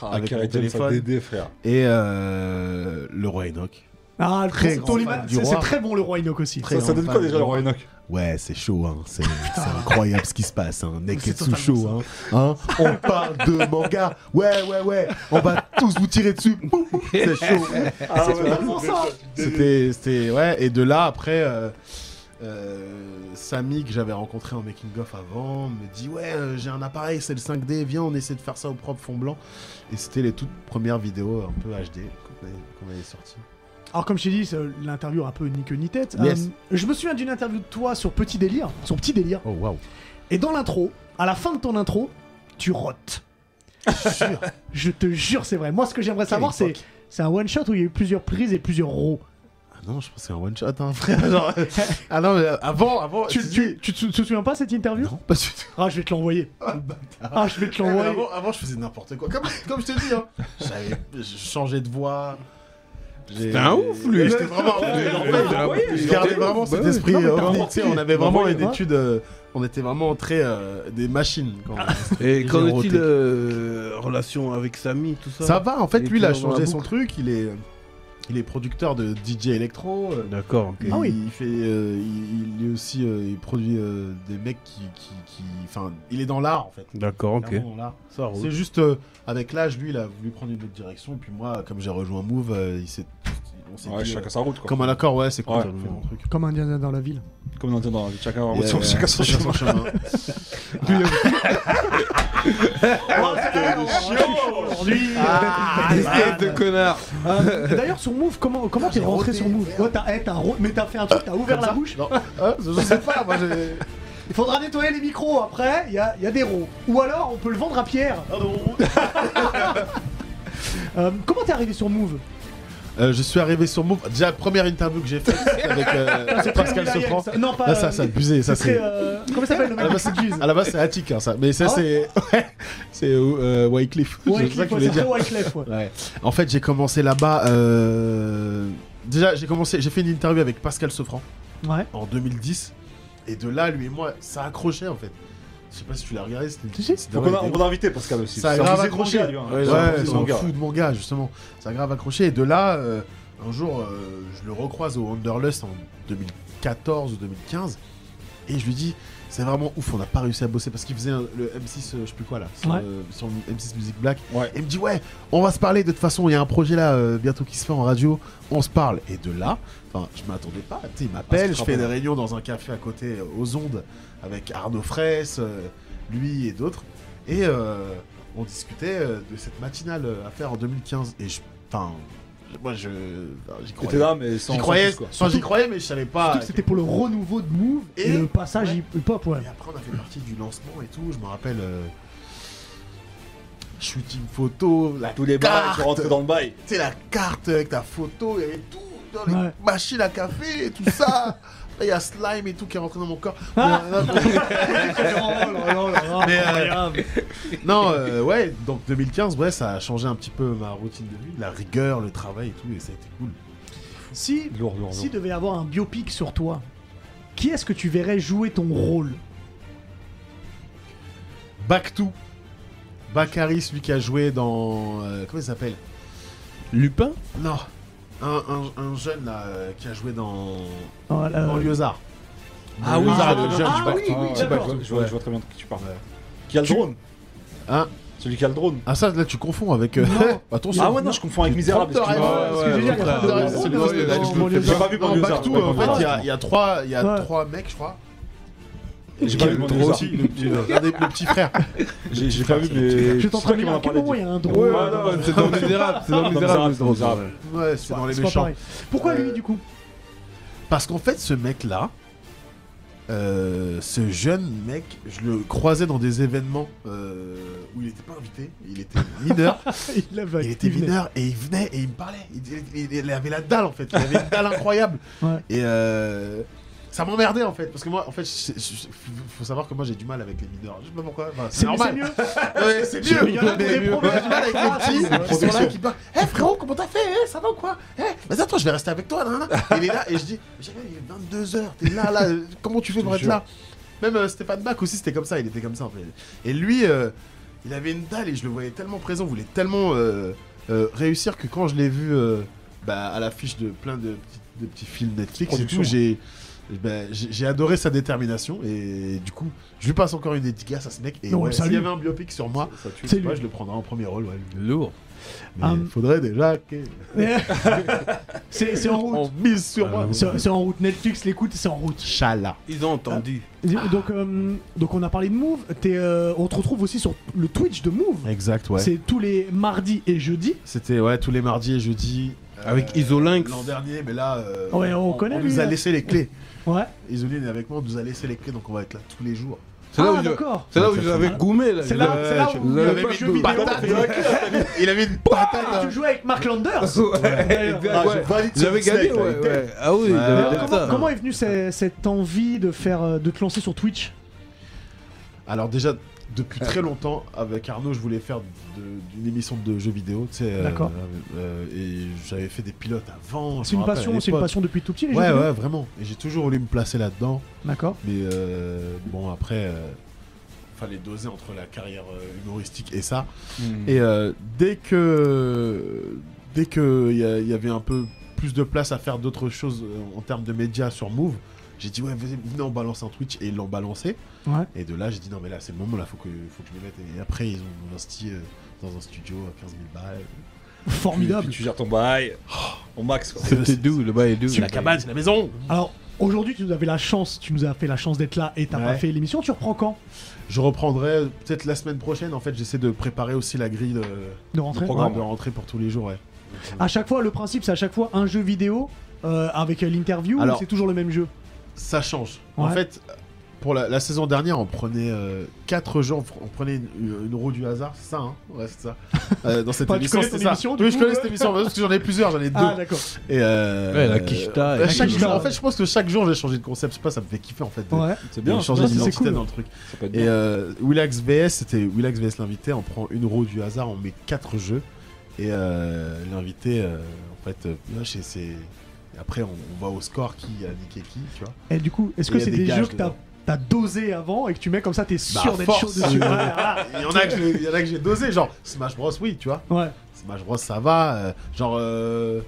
Ah,
Avec
Carré
mon
James, ça
téléphone.
DD, frère.
et euh, le roi Enoch.
Ah,
Très
ton-
grand
ton
fan
ima-
du
c'est c'est
roi.
très bon le roi Enoch aussi.
Très-
Ça, ça donne quoi déjà le roi Enoch
Ouais, c'est chaud, hein. c'est c'est incroyable ce qui se passe, hein. Neketsu
totalement
chaud. Hein. Hein on parle de manga, ouais, ouais, ouais, on va tous vous tirer dessus. Boum, boum. C'est chaud.
Ah,
C'est totalement ça.
C'était, c'était, ouais, et de là après, euh, euh, Samy que j'avais rencontré en making of avant me dit ouais, euh, j'ai un appareil, c'est le 5D, viens, on essaie de faire ça au propre fond blanc. Et c'était les toutes premières vidéos un peu HD qu'on avait, qu'on avait sorties.
Alors comme je t'ai dit, c'est, euh, l'interview un peu ni queue ni tête. Euh,
Yes.
je me souviens d'une interview de toi sur Petit délire, sur Petit délire.
Oh waouh.
Et dans l'intro, à la fin de ton intro, tu rotes. Jure, je te jure, c'est vrai. Moi, ce que j'aimerais savoir, c'est
époque.
c'est un one shot où il y a eu plusieurs prises et plusieurs rows.
Ah non, je pensais un one shot, hein, frère. Genre, euh, ah non, mais, euh, avant, avant.
Tu, tu- tu te te souviens pas cette interview
Non, pas du tout.
Ah, je vais te l'envoyer. Ah, je vais te
Eh, mais
l'envoyer.
avant, avant, je faisais n'importe quoi. Comme, comme je te dis, hein. J'avais- je changeais de voix. C'était
un ouf, lui.
J'étais vraiment un ouf.
Ouais, ouais, ouais, ouais,
Je
ouais,
gardais
ouais,
vraiment
ouais,
cet
ouais.
esprit.
Non, mais
euh,
t'as
ovni,
vraiment
tu sais,
pris.
on avait vraiment
Ouais.
une étude. euh, on était vraiment très euh, des machines. Quand on-
Et qu'en
J'ai
est-il
roté.
euh, relation avec Samy, tout ça
Ça va, en fait,
Il est
lui, il a
toujours dans la
changé son
boucle.
truc. Il est, il est producteur de DJ Electro. euh,
D'accord. ok.
Ah
il,
oui.
il fait, euh, il, il est aussi, euh, il produit euh, des mecs qui, qui, qui, enfin, il est dans l'art en fait.
D'accord, ok.
Clairement dans l'art.
Ça roule.
C'est juste euh, avec l'âge, lui, il a voulu prendre une autre direction. Et puis moi, comme j'ai rejoint Move, euh, il s'est, on s'est
Ouais,
dit,
chacun
euh,
sa route quoi.
comme un accord, ouais, c'est cool.
Ouais.
t'as fait mon truc.
Comme Indiana dans la ville.
Comme on entend dans chacun,
Yeah,
son-
yeah,
chacun son chemin.
chemin. Ah,
Oh, Aujourd'hui.
Espèce de connard
Ah, Euh, D'ailleurs, sur Move, comment comment t'es
J'ai
rentré
roté,
sur Move Ouais, t'as eh, t'as ro- mais t'as fait un truc, t'as ouvert la bouche.
Non, hein, je sais pas, moi j'ai.
Il faudra nettoyer les micros après. Il y a, il y a des rots. Ou alors, on peut le vendre à Pierre.
Ah,
Euh, comment t'es arrivé sur Move
Euh, je suis arrivé sur Move. Déjà, la première interview que j'ai faite c'était avec euh, Pascal
Très
Sofran.
Lariel, ça- Non, pas.
Là, Ah, ça,
euh,
c'est abusé. Ça,
très,
c'est. Ah, bah,
euh, Comment il s'appelle le
À la
mec
base, c'est- à la base, c'est Attic, hein, ça. Mais ça,
Ah
c'est. Ouais, c'est euh, Wycliffe.
Ouais,
C'est ça que je
ouais,
voulais
c'est
dire.
très Wyclef, ouais.
Ouais. En fait, j'ai commencé là-bas. euh, Déjà, j'ai commencé. J'ai fait une interview avec Pascal Sofran
Ouais.
en 2010. Et de là, lui et moi, ça accrochait en fait. Je sais pas si tu l'as regardé, c'était une
Si, si.
c'était
Donc
vrai,
on a,
des-
on l'a invité Pascal aussi.
Ça a
C'est un
grave
musée de
accroché.
manga, lui, hein.
Ouais,
C'est un
ouais,
musée
ils
de
sont
manga.
fous de manga, justement. Ça a grave accroché. Et de là, euh, un jour, euh, je le recroise au Wanderlust en 2014 ou 2015. Et je lui dis, c'est vraiment ouf, on n'a pas réussi à bosser parce qu'il faisait un- le M6, euh, je sais plus quoi là, sur,
Ouais.
euh, sur le M6 Music Black.
Ouais.
Et il me dit, ouais, on va se parler de toute façon, il y a un projet là euh, bientôt qui se fait en radio, on se parle. Et de là, enfin, je m'attendais pas, tu sais, il m'appelle,
Ah, c'est
je fais
frappant.
des réunions dans un café à côté euh, aux ondes avec Arnaud Fraisse, euh, lui et d'autres. Et euh, on discutait euh, de cette matinale euh, à faire en 2015. Et je. Enfin. je- Moi, je. enfin, J'y
T'étais
croyais.
là, mais sans.
J'y croyais,
sans plus, quoi.
enfin, j'y croyais, mais je savais pas.
Surtout que c'était pour le renouveau de Move et,
Ah, Et-
le passage
ouais.
hip-hop, ouais.
Et après, on a fait partie du lancement et tout. Je me rappelle. euh, Shooting photo, la
Tous les bars,
carte,
tu rentres dans le bail.
tu sais, la carte avec ta photo, il y avait tout dans les
Ouais.
machines à café et tout ça. Après, Il y a slime et tout qui est rentré dans mon corps.
Ah.
Mais, euh, non, mais- Mais, euh,
Incroyable.
Non, euh, ouais, donc 2015, ouais, ça a changé un petit peu ma routine de vie, la rigueur, le travail et tout, et ça a été cool.
Si,
Lourd, lourd,
si devait y avoir un biopic sur toi, qui est-ce que tu verrais jouer ton rôle
Back to Bakary, celui qui a joué dans. euh, comment il s'appelle
Lupin
Non, un, un- un jeune là, euh, qui a joué dans.
Oh, là,
dans Léozard.
Euh. Ah oui,
Léozard,
ah,
le jeune
ah,
du bac.
oui, oui,
Ah,
d'accord.
ouais, Je vois
Ouais.
je vois très bien de qui tu parles.
Ouais.
Qui a le
Tu-
drone
Hein
Celui qui a le drone.
Ah, ça, là, tu confonds avec. euh, Attention.
Ah ouais, non, je confonds avec Misérable.
Trente heures,
excuse-moi.
ouais, ouais,
Parce que j'ai dit, il y a pas de
ouais,
drone
c'est
dans-
drôle, il y a
dans
des-
mon lieu de-
J'ai pas vu
Non,
Banlieusard,
Back to,
ouais,
en fait,
Banlieusard.
il y a- il y, a trois, il y a
Ouais.
trois mecs, je crois.
J'ai pas vu
le,
Banlieusard.
petit, le, petit- regardez, le petit frère.
J'ai j'ai pas vu, mais.
Je t'entends bien, à quel moment il y a un drone
Ouais, non, ouais,
C'est dans Misérable, c'est dans Misérable.
Dans Misérable.
Ouais, c'est dans les
C'est pas
méchants.
pareil. Pourquoi
Euh,
lui, du coup
Parce qu'en fait, ce mec-là, euh, ce jeune mec, je le croisais dans des événements euh, où il n'était pas invité, il était mineur,
Il lève la-
il était
il venait.
mineur et il venait et il me parlait. Il, il- il avait la dalle en fait, il avait une dalle incroyable.
Ouais.
Et euh, ça m'emmerdait en fait, parce que moi, en fait, je- je- je- faut savoir que moi j'ai du mal avec les mineurs. Je sais pas pourquy, enfin, c'est
C'est
normal.
mieux.
Ouais, c'est mieux.
Il y en a qui ont des
Mais-
problèmes.
J'ai du mal avec les petits.
Ah,
Ils sont là qui parlent. Eh frérot, comment t'as fait Eh, Ça va ou quoi Eh, vas-y, attends, je vais rester avec toi. nanana. Et Il est là et je dis Mais Jamel, il est 22h. T'es là, là. euh, Comment tu fais pour être là Même euh, Stéphane Bach aussi, c'était comme ça. Il était comme ça en fait. Et lui, euh, il avait une dalle et je le voyais tellement présent, voulait tellement euh, euh, réussir que quand je l'ai vu euh, bah, à l'affiche de plein de petits, de petits films Netflix et
Production.
tout, j'ai. bah, j'ai j'ai adoré sa détermination et du coup je lui passe encore une dédicace à ce mec et
On le
ouais, s'il
salue.
y avait un biopic sur moi
Ça tue.
C'est lui.
Ouais, je le prendrai en premier rôle, ouais.
Lourd.
Mais
Hum.
faudrait déjà que-
C'est c'est en route.
On mise sur moi.
C'est c'est en route. Netflix l'écoute, c'est en route.
Chala.
Ils ont entendu.
Donc, euh, donc on a parlé de Move. T'es, euh, on te retrouve aussi sur le Twitch de Move.
Exact, ouais.
C'est tous les mardis et jeudis.
C'était ouais tous les mardis et jeudis. euh,
Avec Isolinx.
L'an dernier, mais là. euh,
Ouais, on connaît,
nous
lui, hein.
a
là.
laissé les clés.
Ouais.
Isolé avec moi, on nous a laissé les clés, donc on va être là tous les jours.
C'est là
ah
où je-
d'accord.
c'est là où ils avaient goumé là.
C'est là, c'est là
je-
où
je-
il
Il
y
je-
avait
avait
mis
jeu
une
vidéo.
patate. Il avait une
Ah,
patate.
tu jouais avec Mark Landers.
Ouais,
D'ailleurs.
exact, ouais.
Ah, je valide
Ils avaient
ce
gagné,
steak,
ouais,
là,
ouais. Ah oui, ils
Ouais.
Mais
avaient
comment,
fait ça.
comment est venue ce- cette envie de faire, euh, de te lancer sur Twitch
Alors déjà, depuis très longtemps, avec Arnaud, je voulais faire de- d'une émission de jeux vidéo, tu sais. euh,
D'accord.
euh, et j'avais fait des pilotes avant. je
C'est une
me rappelle, à
passion, c'est une
l'époque.
passion depuis tout petit. Les jeux
Ouais,
vidéo
ouais, vraiment. Et j'ai toujours voulu me placer là-dedans.
D'accord.
Mais euh, bon, après, euh, fallait doser entre la carrière euh, humoristique et ça. Et euh, dès que dès que il y, a- il y avait un peu plus de place à faire d'autres choses euh, en termes de médias sur Move, j'ai dit ouais, vas-y, venez, on balance un Twitch et ils l'ont balancé.
Ouais.
Et de là, j'ai dit non mais là, c'est le moment là, faut que faut que je me mette. Et après, ils ont investi euh, dans un studio à 15 000 balles.
Formidable.
Puis tu gères ton bail. Au max, quoi.
C'était doux, le bail est doux.
C'est la cabane, c'est la maison.
Alors aujourd'hui, tu nous avais la chance, tu nous as fait la chance d'être là et t'as
Ouais.
pas fait l'émission. Tu reprends quand
Je reprendrai peut-être la semaine prochaine. En fait, j'essaie de préparer aussi la grille de,
de rentrer
programme.
de rentrée pour tous les jours. Ouais.
À chaque fois, le principe, c'est à chaque fois un jeu vidéo euh, avec euh, l'interview. ou
Alors-
C'est toujours le même jeu.
ça change.
Ouais.
En fait, pour la, la saison dernière, on prenait 4 jours, on prenait une, une- une roue du hasard, c'est ça, hein Ouais, c'est ça. Euh, dans cette
Enfin, Bah, tu
émission,
connais
c'est
ton
ça.
émission, du
oui, je
coup,
connais
ouais.
cette émission, parce que j'en ai plusieurs, j'en ai deux.
Ah d'accord.
et euh,
Ouais, la quicheta et
euh,
la
chaque
quicheta.
jour, en fait, je pense que chaque jour, j'ai changé de concept. Je sais pas, ça me fait kiffer en fait. de-
Ouais.
C'est
de
bien.
changer
ça, c'est
d'identité
cool.
dans le truc.
Ça peut être
Et
bien.
euh, Willax VS, c'était Willax VS l'invité. On prend une roue du hasard, on met quatre jeux. Et euh, l'invité, euh, en fait, euh, c'est. c'est- Après, on, on voit au score qui a niqué qui, tu vois.
Et Eh, du coup, est-ce
Et
que
y a
c'est
des
des,
gages
jeux que t'as
dedans.
t'as dosé avant et que tu mets comme ça, t'es
Bah,
sûr d'être chaud
force.
dessus. Ouais, voilà.
Il y en a que j'ai- il y en a que j'ai dosé, genre Smash Bros, oui, tu vois.
Ouais.
Smash Bros, ça va. euh, genre euh,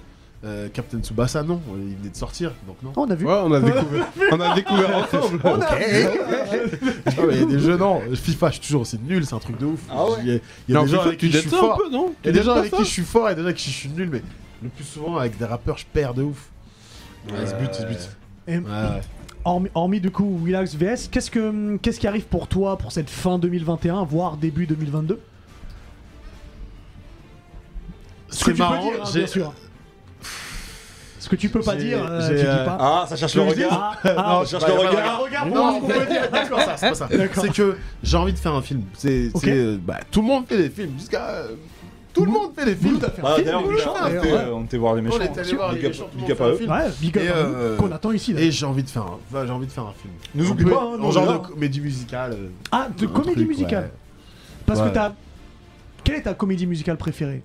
euh, Captain Tsubasa, non, il venait de sortir, donc non.
Oh, On a vu.
Ouais, on a découvert, on a découvert ensemble.
On a vu.
Ah, mais Il y a des jeux, non. FIFA, je suis toujours, c'est nul, c'est un truc de ouf.
Ah ouais
Il y a- il y a
Non,
des gens
FIFA,
avec
tu
qui je
dates
suis
ça un
fort.
peu, non
Il y a des gens
dates
avec
pas
qui je
ça
suis fort et des gens avec qui je suis nul, mais le plus souvent avec des rappeurs, je perds de ouf. Ouais, ils se butent, ils se butent.
Et
Ouais, ouais.
hormis, hormis, du coup Willax VS, qu'est-ce que qu'est-ce qui arrive pour toi pour cette fin 2021, voire début 2022 Ce que
C'est
tu peux
marrant,
dire, hein,
j'ai-
bien sûr. Ce que tu peux pas
J'ai-
dire, euh,
j'ai,
tu dis
euh,
pas.
Ah, ça cherche
Tu
le
veux que je dise
regard.
Ah, ah,
Ah, on cherche le
ouais, ouais,
regard.
regarde pour
Non,
voir ce qu'on
c'est-
peut dire.
d'accord, ça, c'est pas ça.
D'accord.
C'est que j'ai envie de faire un film. C'est,
Ok.
c'est, euh, bah, tout le monde fait des films. Jusqu'à euh, tout le
Nous-
monde fait des films.
t'as fait un
Bah,
film,
D'ailleurs,
nous,
on
le
était-
chant,
on était,
d'ailleurs,
euh, on était voir les méchants.
On est allé voir les
Big up-
méchants, tout le
big
monde
up
fait
à
un
eux.
film.
Ouais, big up
Et,
à vous,
euh,
qu'on attend ici. là.
Et j'ai envie de faire un, enfin, j'ai envie de faire un film.
Nous
Un
oublie
peu-
pas, hein,
un
non,
genre
là.
de comédie musicale. euh,
Ah, de
un
comédie
truc,
musicale.
ouais.
Parce
Ouais.
que t'as. Quelle est ta comédie musicale préférée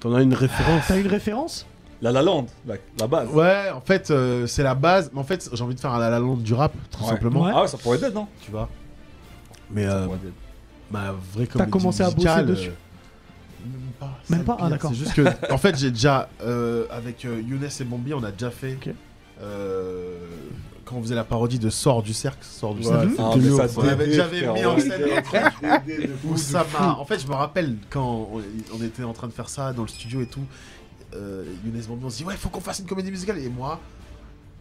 T'en as une
Ah.
référence
T'as une référence
La La Land, la, la base.
Ouais, en fait, euh, c'est la base. Mais en fait, j'ai envie de faire un la la lande du rap, tout
Ouais.
simplement.
Ouais.
Ah ouais, ça pourrait être dead, non
Tu vois. Mais euh,
pourrait être dead.
ma vraie Bah, comédie
T'as commencé à bosser
musicale,
dessus.
euh, Même pas.
Même
c'est
pas
le
Ah,
pire,
d'accord.
C'est juste que, en fait, j'ai déjà euh, avec euh, Younes et Bombi, on a déjà fait.
Ok.
euh, quand on faisait la parodie de Sort du cercle, Sort du
Ouais,
cercle.
Ah,
c'était
mais
lourd.
ça,
On avait
c'était-
déjà mis en
Ouais,
scène
c'était
un truc
un truc de fou,
où
de
ça
fou.
m'a. En fait, je me rappelle quand on, on était en train de faire ça dans le studio et tout. Euh, Younes Bambi, on se dit ouais, faut qu'on fasse une comédie musicale. Et moi,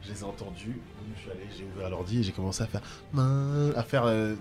je les ai entendus. Je suis allé, j'ai ouvert l'ordi et j'ai commencé à faire à faire euh,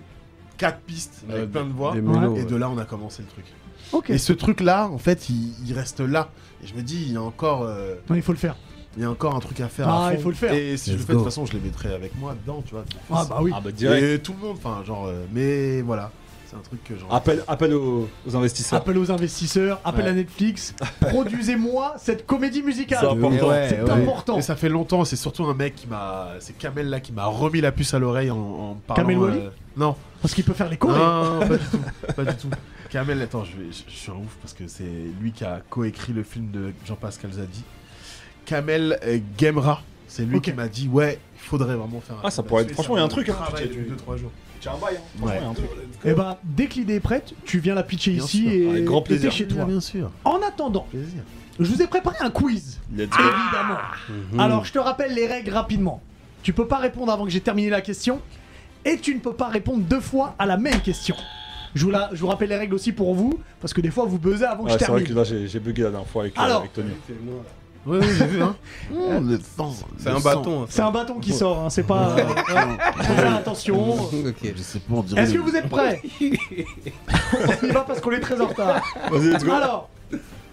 quatre pistes avec
Euh,
plein de voix.
des mélos,
Et
ouais.
de là, on a commencé le truc.
Ok.
Et ce truc-là, en fait, il, il reste là. Et je me dis, il y a encore, euh,
Non, il faut le faire.
il y a encore un truc à faire.
Ah,
à fond.
il faut le faire.
Et si je le
Let's
fais, de toute
go.
façon, je les mettrai avec moi dedans, tu vois. de
Ah,
toute
bah oui.
Ah bah
façon.
direct.
Et tout le monde, enfin, genre. euh, mais voilà, c'est un truc que genre.
Appel, appel aux, aux investisseurs.
Appel aux investisseurs, appel
Ouais.
à Netflix, produisez-moi cette comédie musicale.
C'est important.
Et ouais,
C'est
ouais.
important.
Et ça fait longtemps, c'est surtout un mec qui m'a. C'est Kamel là qui m'a remis la puce à l'oreille en, en parlant. euh,
Kamel Wally
Non,
Parce qu'il peut faire les
non,
Ah.
chorés.
non, pas du tout. Pas du tout. Kamel, attends, je, vais- je- je suis un ouf parce que c'est lui qui a coécrit le film de Jean-Pascal Zadi. Kamel euh, Gemra, c'est lui
Ok.
qui m'a dit ouais, il faudrait vraiment faire un.
Ah, ça
film
pourrait
là-dessus.
être- franchement, il y a un truc, hein.
Travail
Tu-
depuis
tu-
deux, trois jours.
Tiens, un bail, hein. Franchement,
Ouais.
il y a un truc.
Et bah, dès que l'idée est prête, tu viens la pitcher
Bien
ici
sûr.
et
Avec grand
et t'es
plaisir.
chez toi.
Bien sûr,
En attendant,
plaisir.
je vous ai préparé un quiz.
Let's go.
Évidemment.
Mhm.
Alors, je te rappelle les règles rapidement. Tu peux pas répondre avant que j'ai terminé la question. Et tu ne peux pas répondre deux fois à la même question. Je vous, la- je vous rappelle les règles aussi pour vous, parce que des fois vous buzzez avant que
Ouais,
je
c'est vrai que
termine.
là j'ai j'ai bugué la dernière fois avec, euh,
Alors.
avec Tony.
Ouais, ouais, j'ai vu hein. Oh, le sang,
C'est
le
un
sang.
bâton. hein,
C'est un bâton qui sort, hein, c'est pas. euh, faut faire attention.
Ok.
Je sais pas, on dirait.
Est-ce que vous êtes prêts On y va parce qu'on est très en retard.
Vas-y, let's go.
Alors,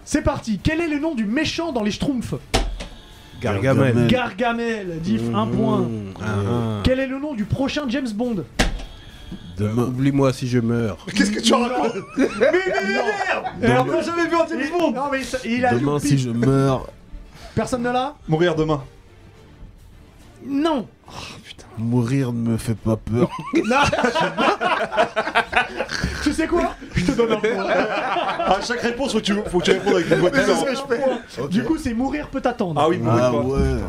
c'est parti. Quel est le nom du méchant dans les Schtroumpfs
Gargamel.
Gargamel, diff un point.
Ah,
Quel est le nom du prochain James Bond
ah. Oublie-moi si je meurs.
Qu'est-ce que tu racontes
Et
On
alors,
n'a jamais vu un James
il-
Bond
Non mais il- il a
Demain si je meurs,
Personne ne l'a
Mourir demain.
Non
mourir ne me fait pas peur.
Non Tu sais quoi Je te donne un point.
À chaque réponse, faut que tu, faut que tu répondes avec une voix différente.
Du coup, c'est Mourir peut attendre.
Ah oui, mourir
Ah
demain.
ouais.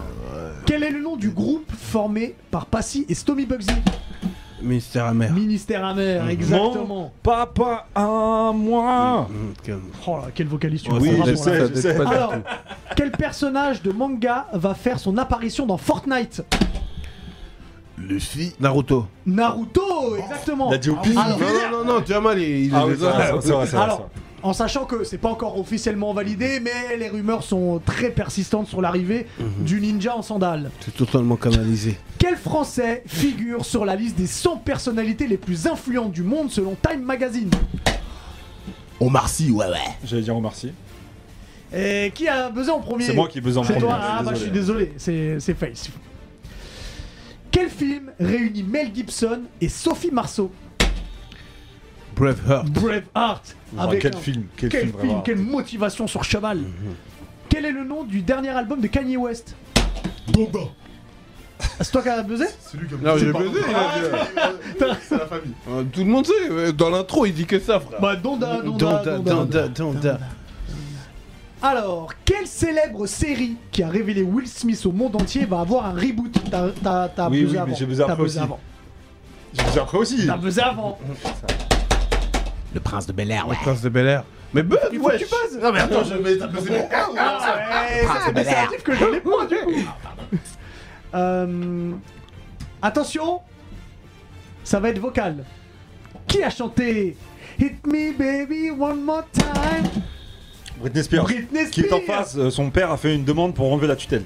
Quel est le nom du groupe formé par Passy et Stomy Bugsy
Mystère amer.
Ministère amer, exactement.
Papa à moi.
Mmh, calme.
Oh là, quel vocaliste tu
Ouais,
Oui,
prendras
je
pour
sais,
la-
je sais.
Alors, quel personnage de manga va faire son apparition dans Fortnite
Luffy.
Naruto.
Naruto, exactement.
Il a dit au pif.
Alors,
Non, non, non, non, tu as mal, il, il
Ah
est
oui, c'est vrai, c'est vrai, c'est vrai, c'est vrai.
Ah, Alors, en sachant que c'est pas encore officiellement validé, mais les rumeurs sont très persistantes sur l'arrivée
Mhm.
du ninja en sandales.
C'est totalement canalisé.
Quel Français figure sur la liste des 100 personnalités les plus influentes du monde selon Time Magazine
Omar Sy, ouais, ouais.
J'allais dire Omar Sy.
Et qui a besoin en premier
C'est moi qui ai besoin de
C'est
prendre.
toi Ah bah je suis désolé, c'est c'est Face. Quel film réunit Mel Gibson et Sophie Marceau
Braveheart.
Braveheart
Avec
avec
Ah, quel
un-
film Quel,
Quel
Mhm. film,
film,
vraiment.
quelle motivation sur cheval Quel est le nom du dernier album de Kanye West
Boba.
Ah, C'est toi qui as buzzé
Celui qui a
Non,
poussé
j'ai
par-
buzzé, il a
Ah, C'est la famille.
Euh, Tout le monde sait, euh, dans l'intro, il dit que ça, frère.
Bah Donda, Donda,
Donda,
Donda.
Donda, Donda.
Alors, quelle célèbre série qui a révélé Will Smith au monde entier va avoir un reboot T'as- T'as t'as
Oui,
buzzé
oui, mais
avant.
j'ai buzzé
T'as
après aussi.
avant.
Je vous ai appris aussi.
T'as buzzé avant.
Le prince de
Ah
Bel Air, ouais.
Prince de Bel Air. Mais buzz,
Il faut que
ouais.
tu buzzes.
Non, mais attends, je vais t'appeler mon cas ou
Ah ouais, ça, c'est
Bel Air.
un type que je l'ai pas du coup. Euh, attention, ça va être vocal. Qui a chanté Hit me baby one more time
Britney Spears.
Britney
Qui est en
Spears.
face, euh, son père a fait une demande pour enlever la tutelle.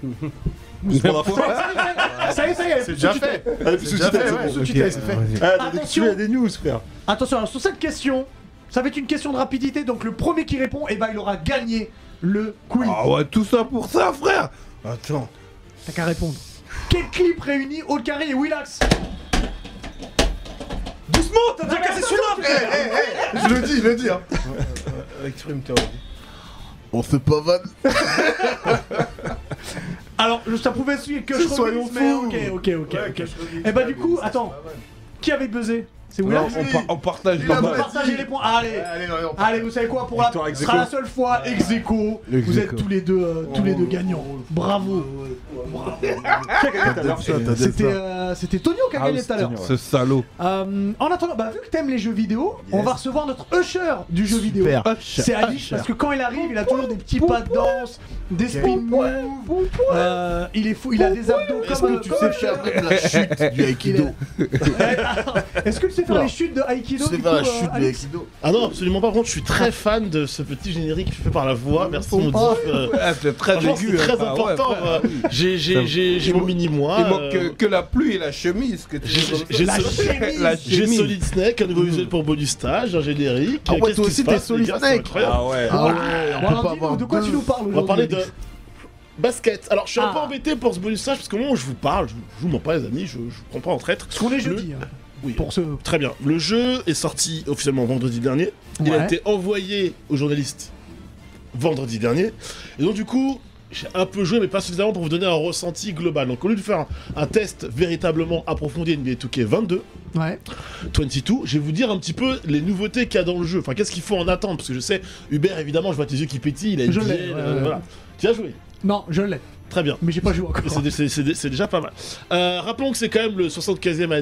C'est pour la France.
Ça y est, ça y est.
C'est déjà fait.
Elle est sous
C'est déjà
tutelle,
fait,
c'est
ouais.
bon.
Sous tutelle, c'est fait.
Ah, t'as des-
Attention.
tu as des news, frère.
Attention, alors sur cette question, ça va être une question de rapidité, donc le premier qui répond, eh ben, il aura gagné le quiz.
Ah ouais, tout ça pour ça, frère. Attends.
T'as qu'à répondre. Quel clip réunit Old Carré et Willax
Doucement, t'as déjà cassé celui-là, frère.
Je le dis, je le dis. Hein.
Euh,
Exprime-toi.
On fait pas van.
Alors, je t'approuvais celui que je
soyons
remise, mais
fous.
ok, ok, ok. ok. Eh ben, du coup, attends, qui avait buzzé C'est
Non,
Willax
on, par- on partage
Il
pas
a
mal.
vrai.
Partagez les points. Allez,
Allez, ouais,
Ah,
on
allez, vous savez quoi Pour la,
Victoire ex
ce sera la
aequo.
seule fois ex aequo,
Ex
Vous êtes
aequo.
tous les deux, euh, tous les deux gagnants. Bravo.
Bah,
C'était, euh, c'était Tonio qui a
Ah
gagné tout à l'heure.
Ce salaud.
Euh, en attendant, bah, vu que t'aimes les jeux vidéo, on va recevoir notre Usher du jeu vidéo.
Super.
C'est Alish parce que quand il arrive, il a toujours des petits pas de danse, des spin moves. euh, il est fou, il a des abdos
Est-ce
comme. euh,
que tu
comme
sais
Usher.
faire de la chute du Aikido
Est-ce que tu sais faire les chutes de Aikido
Tu sais
du
faire la
coup, euh,
chute du
Alix
Aikido
Ah non, absolument pas. Par contre, je suis très fan de ce petit générique fait par la voix. Merci, mon
Oh,
diff. euh,
Ah, c'est très
franchement,
aigu.
c'est
hein.
très
Ah ouais,
important.
frère.
euh, J'ai j'ai- j'ai- j'ai
Il
mon
manque-
mini-moi.
Il manque
euh,
que, que la pluie et la chemise. Que tu
j'ai-
vois comme
j'ai-
ça.
j'ai-
La
J'ai
chemise.
Solid Snake, un nouveau visuel pour bonus stage, un générique.
Ah ouais,
Qu'est-ce
toi
qui
aussi,
se passe,
t'es Solid
les gars, c'est
Snake.
incroyable.
Ah ouais.
Ah ouais,
Bon, alors, dis-nous, de quoi tu nous parles
On va parler
aujourd'hui,
de
Alix
basket. Alors, je suis un peu
Ah.
embêté pour ce bonus stage parce que moment où je vous parle, je vous- je vous mens pas, les amis, je, je vous prends pas en traître.
Parce qu'on est
Le-
jeudi. hein,
Oui,
Pour ceux.
Très bien. Le jeu est sorti officiellement vendredi dernier. Il
Ouais.
a été envoyé aux journalistes vendredi dernier. Et donc, du coup, j'ai un peu joué, mais pas suffisamment pour vous donner un ressenti global. Donc, au lieu de faire un, un test véritablement approfondi NBA 2K22,
Ouais.
22, je vais vous dire un petit peu les nouveautés qu'il y a dans le jeu. Enfin, qu'est-ce qu'il faut en attendre Parce que je sais, Hubert, évidemment, je vois tes yeux qui pétillent, il a une
Je l'ai,
vieille,
ouais,
euh,
ouais.
voilà. Tu as joué
Non, je l'ai,
Très bien.
mais j'ai pas joué encore.
C'est- C'est c'est- c'est déjà pas mal. Euh, rappelons que c'est quand même le 75e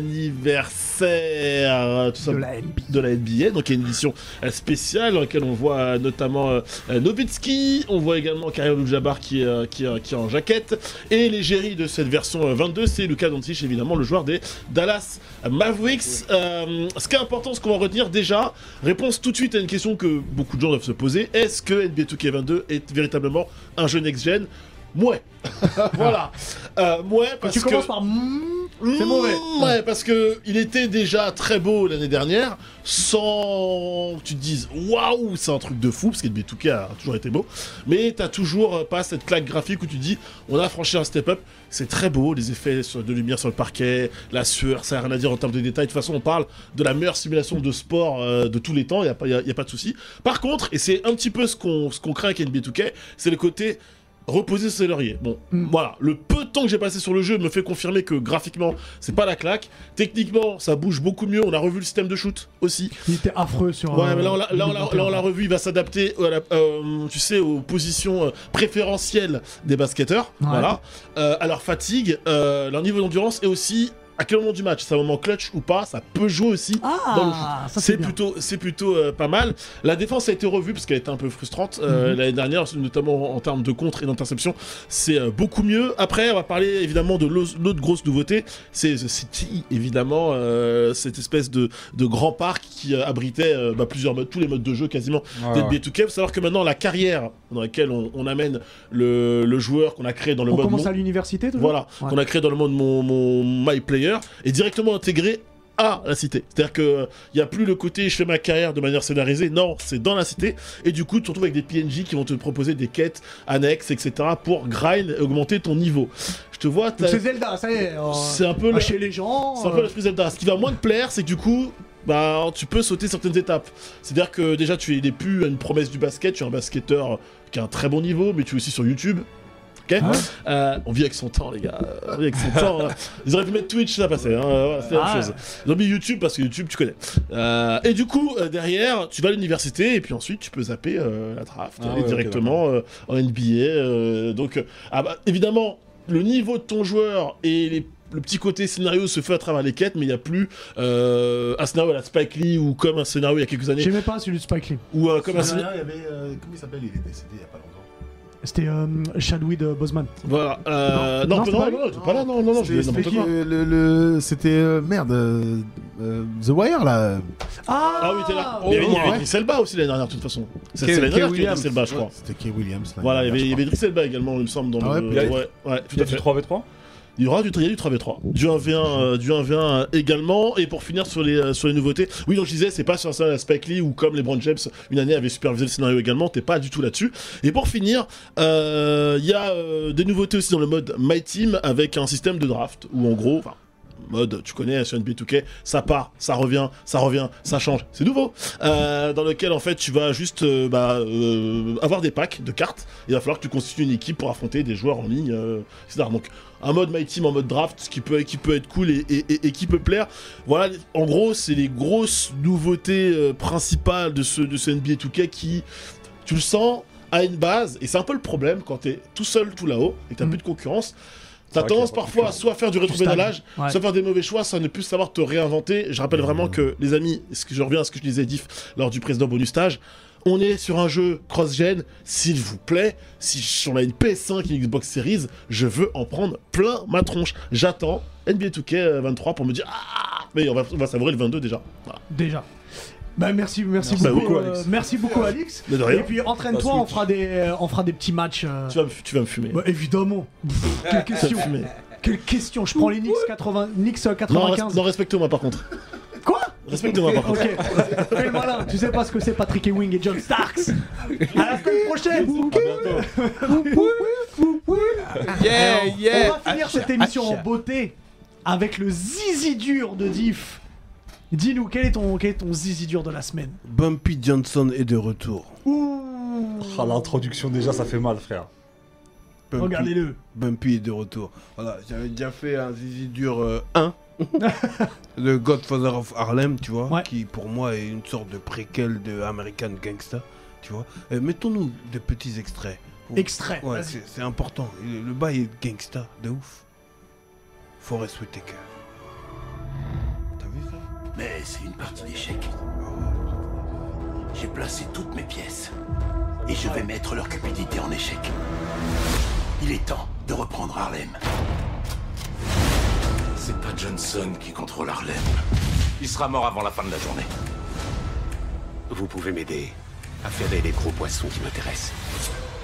anniversaire euh, tout ça,
De la NBA.
de la NBA, donc il y a une édition euh, spéciale dans laquelle on voit euh, notamment euh, euh, Nowitzki, on voit également Karim Abdul-Jabbar qui, est, euh, qui, est, euh, qui est en jaquette, et l'égérie de cette version euh, 22, c'est Luka Doncic, évidemment le joueur des Dallas Mavericks. Euh, ce qui est important, ce qu'on va retenir déjà, réponse tout de suite à une question que beaucoup de gens doivent se poser, est-ce que NBA 2K22 est véritablement un jeu next-gen Mouais Voilà euh, Mouais parce
Tu
que...
commences par. mm, C'est
Mmh,
mauvais.
Ouais, parce que il était déjà très beau l'année dernière, sans que tu te dises waouh, c'est un truc de fou, parce que B2K a toujours été beau. Mais t'as toujours euh, pas cette claque graphique où tu te dis on a franchi un step up, c'est très beau, les effets sur- de lumière sur le parquet, la sueur, ça a rien à dire en termes de détails. De toute façon, on parle de la meilleure simulation de sport euh, de tous les temps, il n'y a, pas- y a- y a pas de souci. Par contre, et c'est un petit peu ce qu'on ce qu'on craint avec NBA2K, c'est le côté reposer sur ses lauriers. Bon,
Mm.
voilà, le peu de temps que j'ai passé sur le jeu me fait confirmer que graphiquement, c'est pas la claque. Techniquement, ça bouge beaucoup mieux. On a revu le système de shoot aussi.
Il était affreux sur.
Ouais,
euh,
mais là, on l'a- là, on l'a-
2021.
là, on l'a revu. Il va s'adapter, à la- euh, tu sais, aux positions euh, préférentielles des basketteurs.
Ouais.
Voilà. Euh, à leur fatigue, euh, leur niveau d'endurance et aussi à quel moment du match. C'est un moment clutch ou pas. Ça peut jouer aussi dans le jeu.
Ah, ça
C'est
c'est bien.
plutôt, c'est plutôt euh, pas mal. La défense a été revue parce qu'elle était un peu frustrante
Mhm.
euh, l'année dernière, notamment en, en termes de contre et d'interception. C'est euh, beaucoup mieux. Après, on va parler évidemment de l'os- l'autre grosse nouveauté, c'est The City, évidemment, euh, cette espèce de, de grand parc qui euh, abritait euh, bah, plusieurs modes, tous les modes de jeu quasiment
Ah Ouais,
d'NBA 2K. E Faut savoir que maintenant la carrière dans laquelle on, on amène le, le joueur qu'on a créé dans le
On
mode
commence
mon-
à l'université toujours
voilà,
Ouais.
qu'on a créé dans le monde mon, mon My Player, est directement intégré à la cité. C'est-à-dire que il n'y a plus le côté je fais ma carrière de manière scénarisée, non, c'est dans la cité, et du coup tu te retrouves avec des PNJ qui vont te proposer des quêtes annexes, etc. pour grind et augmenter ton niveau. Je te vois, t'as-
Donc, C'est Zelda, ça y est. euh,
c'est un peu le...
Chez les gens.
C'est un peu
euh,
l'esprit Zelda. Ce qui va moins te plaire, c'est que du coup, bah, tu peux sauter certaines étapes. C'est-à-dire que déjà, tu n'es plus à une promesse du basket, tu es un basketteur qui a un très bon niveau, mais tu es aussi sur YouTube. ok
Ah
Euh, On vit avec son temps, les gars. On vit avec son temps. là. Ils auraient pu mettre Twitch, ça passait. Hein. Voilà, c'est la
Ah.
même chose. Ils ont mis YouTube parce que YouTube, tu connais. Euh, et du coup, euh, derrière, tu vas à l'université et puis ensuite, tu peux zapper euh, la draft
Ah ouais,
et
ok,
directement euh, en NBA. euh, donc, euh, ah bah, évidemment, le niveau de ton joueur et les- le petit côté scénario se fait à travers les quêtes, mais il n'y a plus euh, un scénario à la Spike Lee ou comme un scénario il y a quelques années,
J'aimais pas celui de Spike Lee.
ou euh, comme un
L'année
scénario.
dernière, il y avait. euh, comment il s'appelle Il est décédé il n'y a pas longtemps.
C'était euh, Chadwick euh, Boseman.
Voilà. euh,
Non,
non,
c'est
non,
pas
non,
lui.
non, c'est pas là, non, non, non, je
C'était-
dis n'importe
c'était
quoi.
qui, euh, le, le- C'était. euh, merde. euh, euh, The Wire, là.
Ah,
Ah oui, t'es là.
Oh,
il y avait, il y
ouais.
avait Idris Elba aussi l'année dernière, de toute façon. C'est
Kay-
c'est l'année
Kay
dernière qu'il y a
Williams.
Idris Elba, je crois.
C'était Kay Williams. là.
Voilà, il y
je
avait, il y
crois.
avait Idris Elba également, il me semble, dans
Ah ouais,
le.
peut-être.
ouais, ouais, tout
Il y a
à
du
fait.
3v3
Il y aura du, il y a du 3v3. Du 1v1, euh, du 1v1 également. Et pour finir sur les, euh, sur les nouveautés, oui, donc je disais, c'est pas sur un scénario à la Spike Lee ou comme les Brown James, une année avait supervisé le scénario également, t'es pas du tout là-dessus. Et pour finir, euh, il y a euh, des nouveautés aussi dans le mode My Team avec un système de draft où en gros, enfin, mode, tu connais sur NBA2K, ça part, ça revient, ça revient, ça change, c'est nouveau, Euh, dans lequel en fait tu vas juste euh, bah, euh, avoir des packs de cartes, il va falloir que tu constitues une équipe pour affronter des joueurs en ligne, euh, etc. Donc un mode My Team en mode draft ce qui peut, qui peut être cool et, et- et- et qui peut plaire. Voilà, en gros, c'est les grosses nouveautés euh, principales de ce, de ce NBA 2K qui, tu le sens, a une base, et c'est un peu le problème quand t'es tout seul tout là-haut et que t'as
Mm.
plus de concurrence. T'as
vrai qu'il y a
tendence
pas de
parfois à
concurrence.
soit faire du
tu stagnes.
rétro-pédalage,
Ouais.
Sauf faire des mauvais choix, ça ne plus savoir te réinventer. Je rappelle vraiment que, les amis, ce que je reviens à ce que je disais Diff lors du précédent bonus stage, on est sur un jeu cross-gen, s'il vous plaît, si on a une PS5 et une Xbox Series, je veux en prendre plein ma tronche. J'attends NBA 2K 23 euh, pour me dire ah mais on va, on va savourer le 22 déjà. Voilà.
Déjà. Bah merci, merci,
Merci
beaucoup,
beaucoup,
euh,
Alex.
merci beaucoup Alex.
Mais de
Et
rien,
puis entraîne-toi, on fera des, euh, on fera des petits matchs. euh,
tu vas, me- tu vas me fumer.
bah, évidemment. Pff, quelle
Tu
question.
vas me fumer.
Quelle question. Je prends les Knicks 80, Knicks euh,
Non,
95.
res- non, respecte-moi par contre.
Quoi
Respecte-moi par
Ok,
contre.
fais le malin, tu sais pas ce que c'est Patrick Ewing et John Starks À la semaine prochaine
Ah,
Yeah,
Alors, On
yeah.
va finir cette émission en beauté avec le zizi dur de Diff Dis-nous, quel, est ton- quel est ton zizi dur de la semaine
Bumpy Johnson est de retour.
Ouh
Ah, L'introduction déjà ça fait mal frère.
Bumpy-
Regardez-le
Bumpy est de retour. Voilà, j'avais déjà fait un Zizi Dur euh, 1. le Godfather of Harlem, tu vois,
Ouais.
qui pour moi est une sorte de préquel de American Gangsta, tu vois. Euh, Mettons-nous des petits extraits.
Extrait
euh, Ouais,
Vas-y.
c'est c'est important. Le, le bail est gangsta, de ouf. Forest Whitaker. T'as vu ça
Mais c'est une partie d'échec. J'ai placé toutes mes pièces. Et je vais mettre leur cupidité en échec. Il est temps de reprendre Harlem. C'est pas Johnson qui contrôle Harlem. Il sera mort avant la fin de la journée. Vous pouvez m'aider à faire des les gros poissons qui m'intéressent.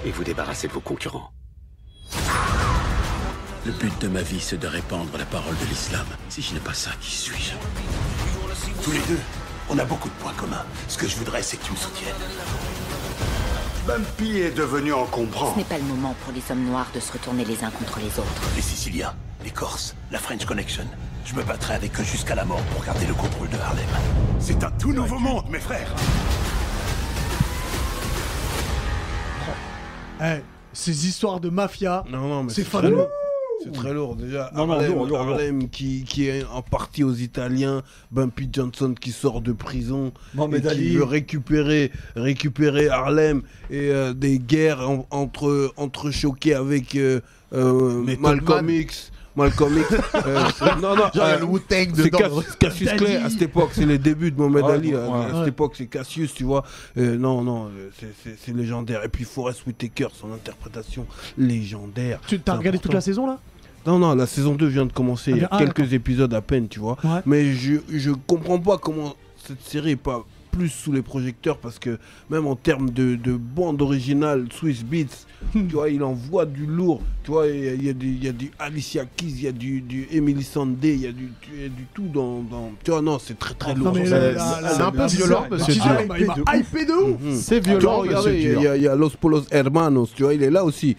Et vous débarrasser de vos concurrents. Le but de ma vie, c'est de répandre la parole de l'islam. Si je n'ai pas ça, qui suis-je tous les deux, on a beaucoup de points communs. Ce que je voudrais, c'est que tu me soutiennes.
Bumpy est devenu encombrant.
Ce n'est pas le moment pour les hommes noirs de se retourner les uns contre les autres.
Les Siciliens, les Corses, la French Connection. Je me battrai avec eux jusqu'à la mort pour garder le contrôle de Harlem.
C'est un tout nouveau monde, mes frères.
Eh, Ces histoires de mafia,
Non, non, mais
c'est
très
fabuleux
lourd. C'est très lourd déjà.
Non, non,
Harlem,
lourd, lourd, lourd.
Harlem qui, qui est en partie aux Italiens. Bumpy Johnson qui sort de prison.
Mohamed
et
Ali.
qui veut récupérer, récupérer Harlem et euh, des guerres en- entre, entrechoquées avec euh, euh,
Method
Malcolm
Man.
X. Malcolm X. euh, non, non,
Genre, il y a
euh,
le Wu-Tang
C'est
dedans.
Cassius, Cassius
Dali.
Clay à cette époque, c'est les débuts de Mohamed
Ouais,
Ali. hein,
ouais.
À, à
Ouais.
cette époque, c'est Cassius, tu vois. Euh, non, non, euh, c'est- c'est c'est légendaire. Et puis Forrest Whitaker, son interprétation légendaire.
Tu t'as
C'est
regardé toute la
important.
saison là
Non, non, la saison 2 vient de commencer, il y a
Ah,
quelques épisodes à peine, tu vois.
Ouais.
Mais je, je comprends pas comment cette série est pas plus sous les projecteurs parce que même en termes de, de bande originale, Swiss Beats,
Hmm.
tu vois, il envoie du lourd. Tu vois, il y a- il y, a du- il y a du Alicia Keys, il y a du, du Emily Sandé, il y a du, il y a du tout dans, dans- Tu vois, non, c'est très très lourd.
mais
c'est-
là, là, là,
C'est un
là,
peu
là,
violent,
là,
monsieur
là,
Dur.
là, Il m'a- il m'a Ah, hypé de ouf
Mhm.
C'est
Tu vois,
violent,
regardez,
monsieur
il y, a-
Dur.
il y a Los Polos Hermanos, tu vois, il est là aussi.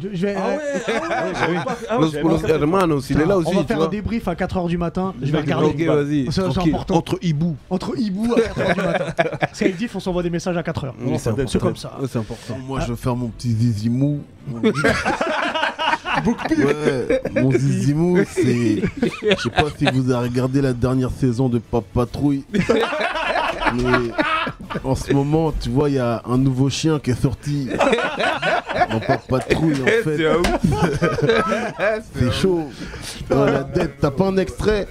Je je vais. euh,
Ah ouais, ah ouais, j'avais pas fait- ah ouais,
Los
j'avais
Los
pas fait-
Hermanos, il est là aussi.
On va
tu
faire
vois.
un débrief à 4h du matin. Je vais
Ok,
regarder.
vas-y,
Ça, C'est
tranquille.
important.
Entre hibou.
Entre hibou à 4h du matin. C'est avec Diff, on s'envoie des messages à 4h.
Oui, c'est important.
C'est comme ça.
Ouais, Ah, C'est important.
Moi, je vais faire mon petit zizimou. Ouais, mon zizimou, c'est. Je sais pas si vous avez regardé la dernière saison de Pop Patrouille. Mais en ce moment, tu vois, il y a un nouveau chien qui est sorti. Dans Pop Patrouille, en fait.
C'est un
C'est chaud. Putain, la dette, t'as pas un extrait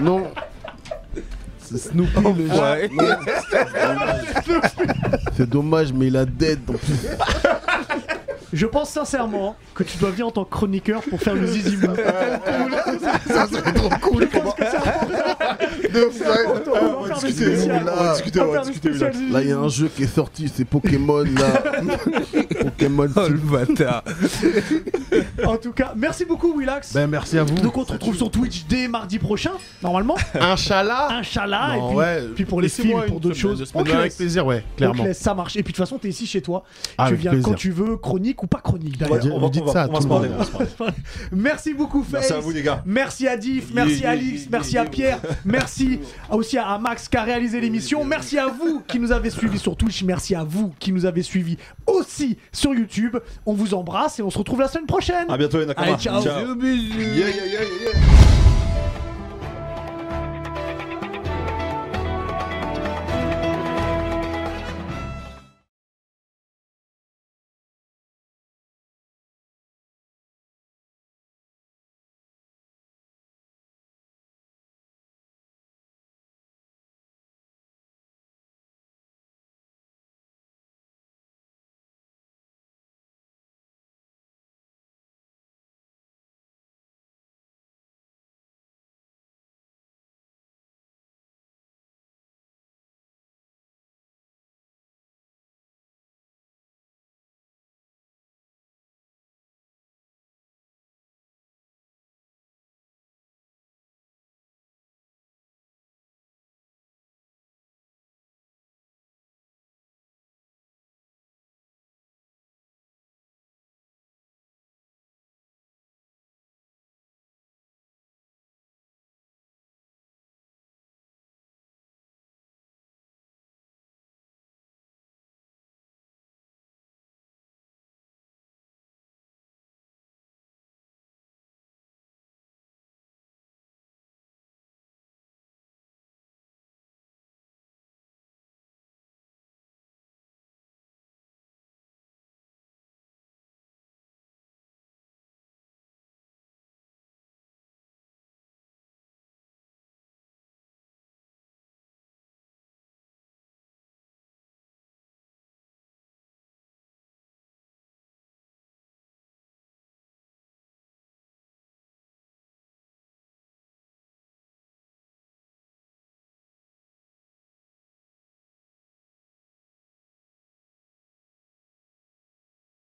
Non. C'est Snoopy le chat. Non. C'est dommage, mais la dette en plus.
Je pense sincèrement que tu dois venir en tant que chroniqueur pour faire le zizimou.
Ça serait trop cool. De fou.
On va faire des spéciales.
Là,
On va faire des spéciales
Là, il y a un jeu qui est sorti, c'est Pokémon là. Pokémon.
Oh le bâtard.
zizimou. En tout cas, merci beaucoup, Willax.
Ben merci à vous.
Donc on te retrouve sur Twitch dès mardi prochain, normalement.
Inch'Allah.
Ah,
Inch'Allah.
Non,
Et puis,
ouais,
puis pour les films,
laissez-moi
pour
une
d'autres
semaine,
choses.
deux semaines,
Ok.
Avec plaisir, ouais,
Donc
clairement.
laisse, ça marche. Et puis de toute façon, t'es ici chez toi. tu
Avec
viens
plaisir.
quand tu veux, chronique ou pas chronique
On va-
d'ailleurs.
on va-
dites
on va-
ça à
on va
tout
se
le
parler,
monde.
on va se parler.
Merci beaucoup, Face.
Merci à vous, les gars.
Merci à Diff, merci à
yeah,
Alix,
yeah,
merci
yeah,
à Pierre, merci à- aussi à à Max qui a réalisé l'émission. Merci à vous qui nous avez suivis sur Twitch, merci à vous qui nous avez suivis aussi sur YouTube. On vous embrasse et on se retrouve la semaine prochaine.
À bientôt, les Nakama.
Allez, ciao.
Yeah, yeah, yeah, yeah, yeah.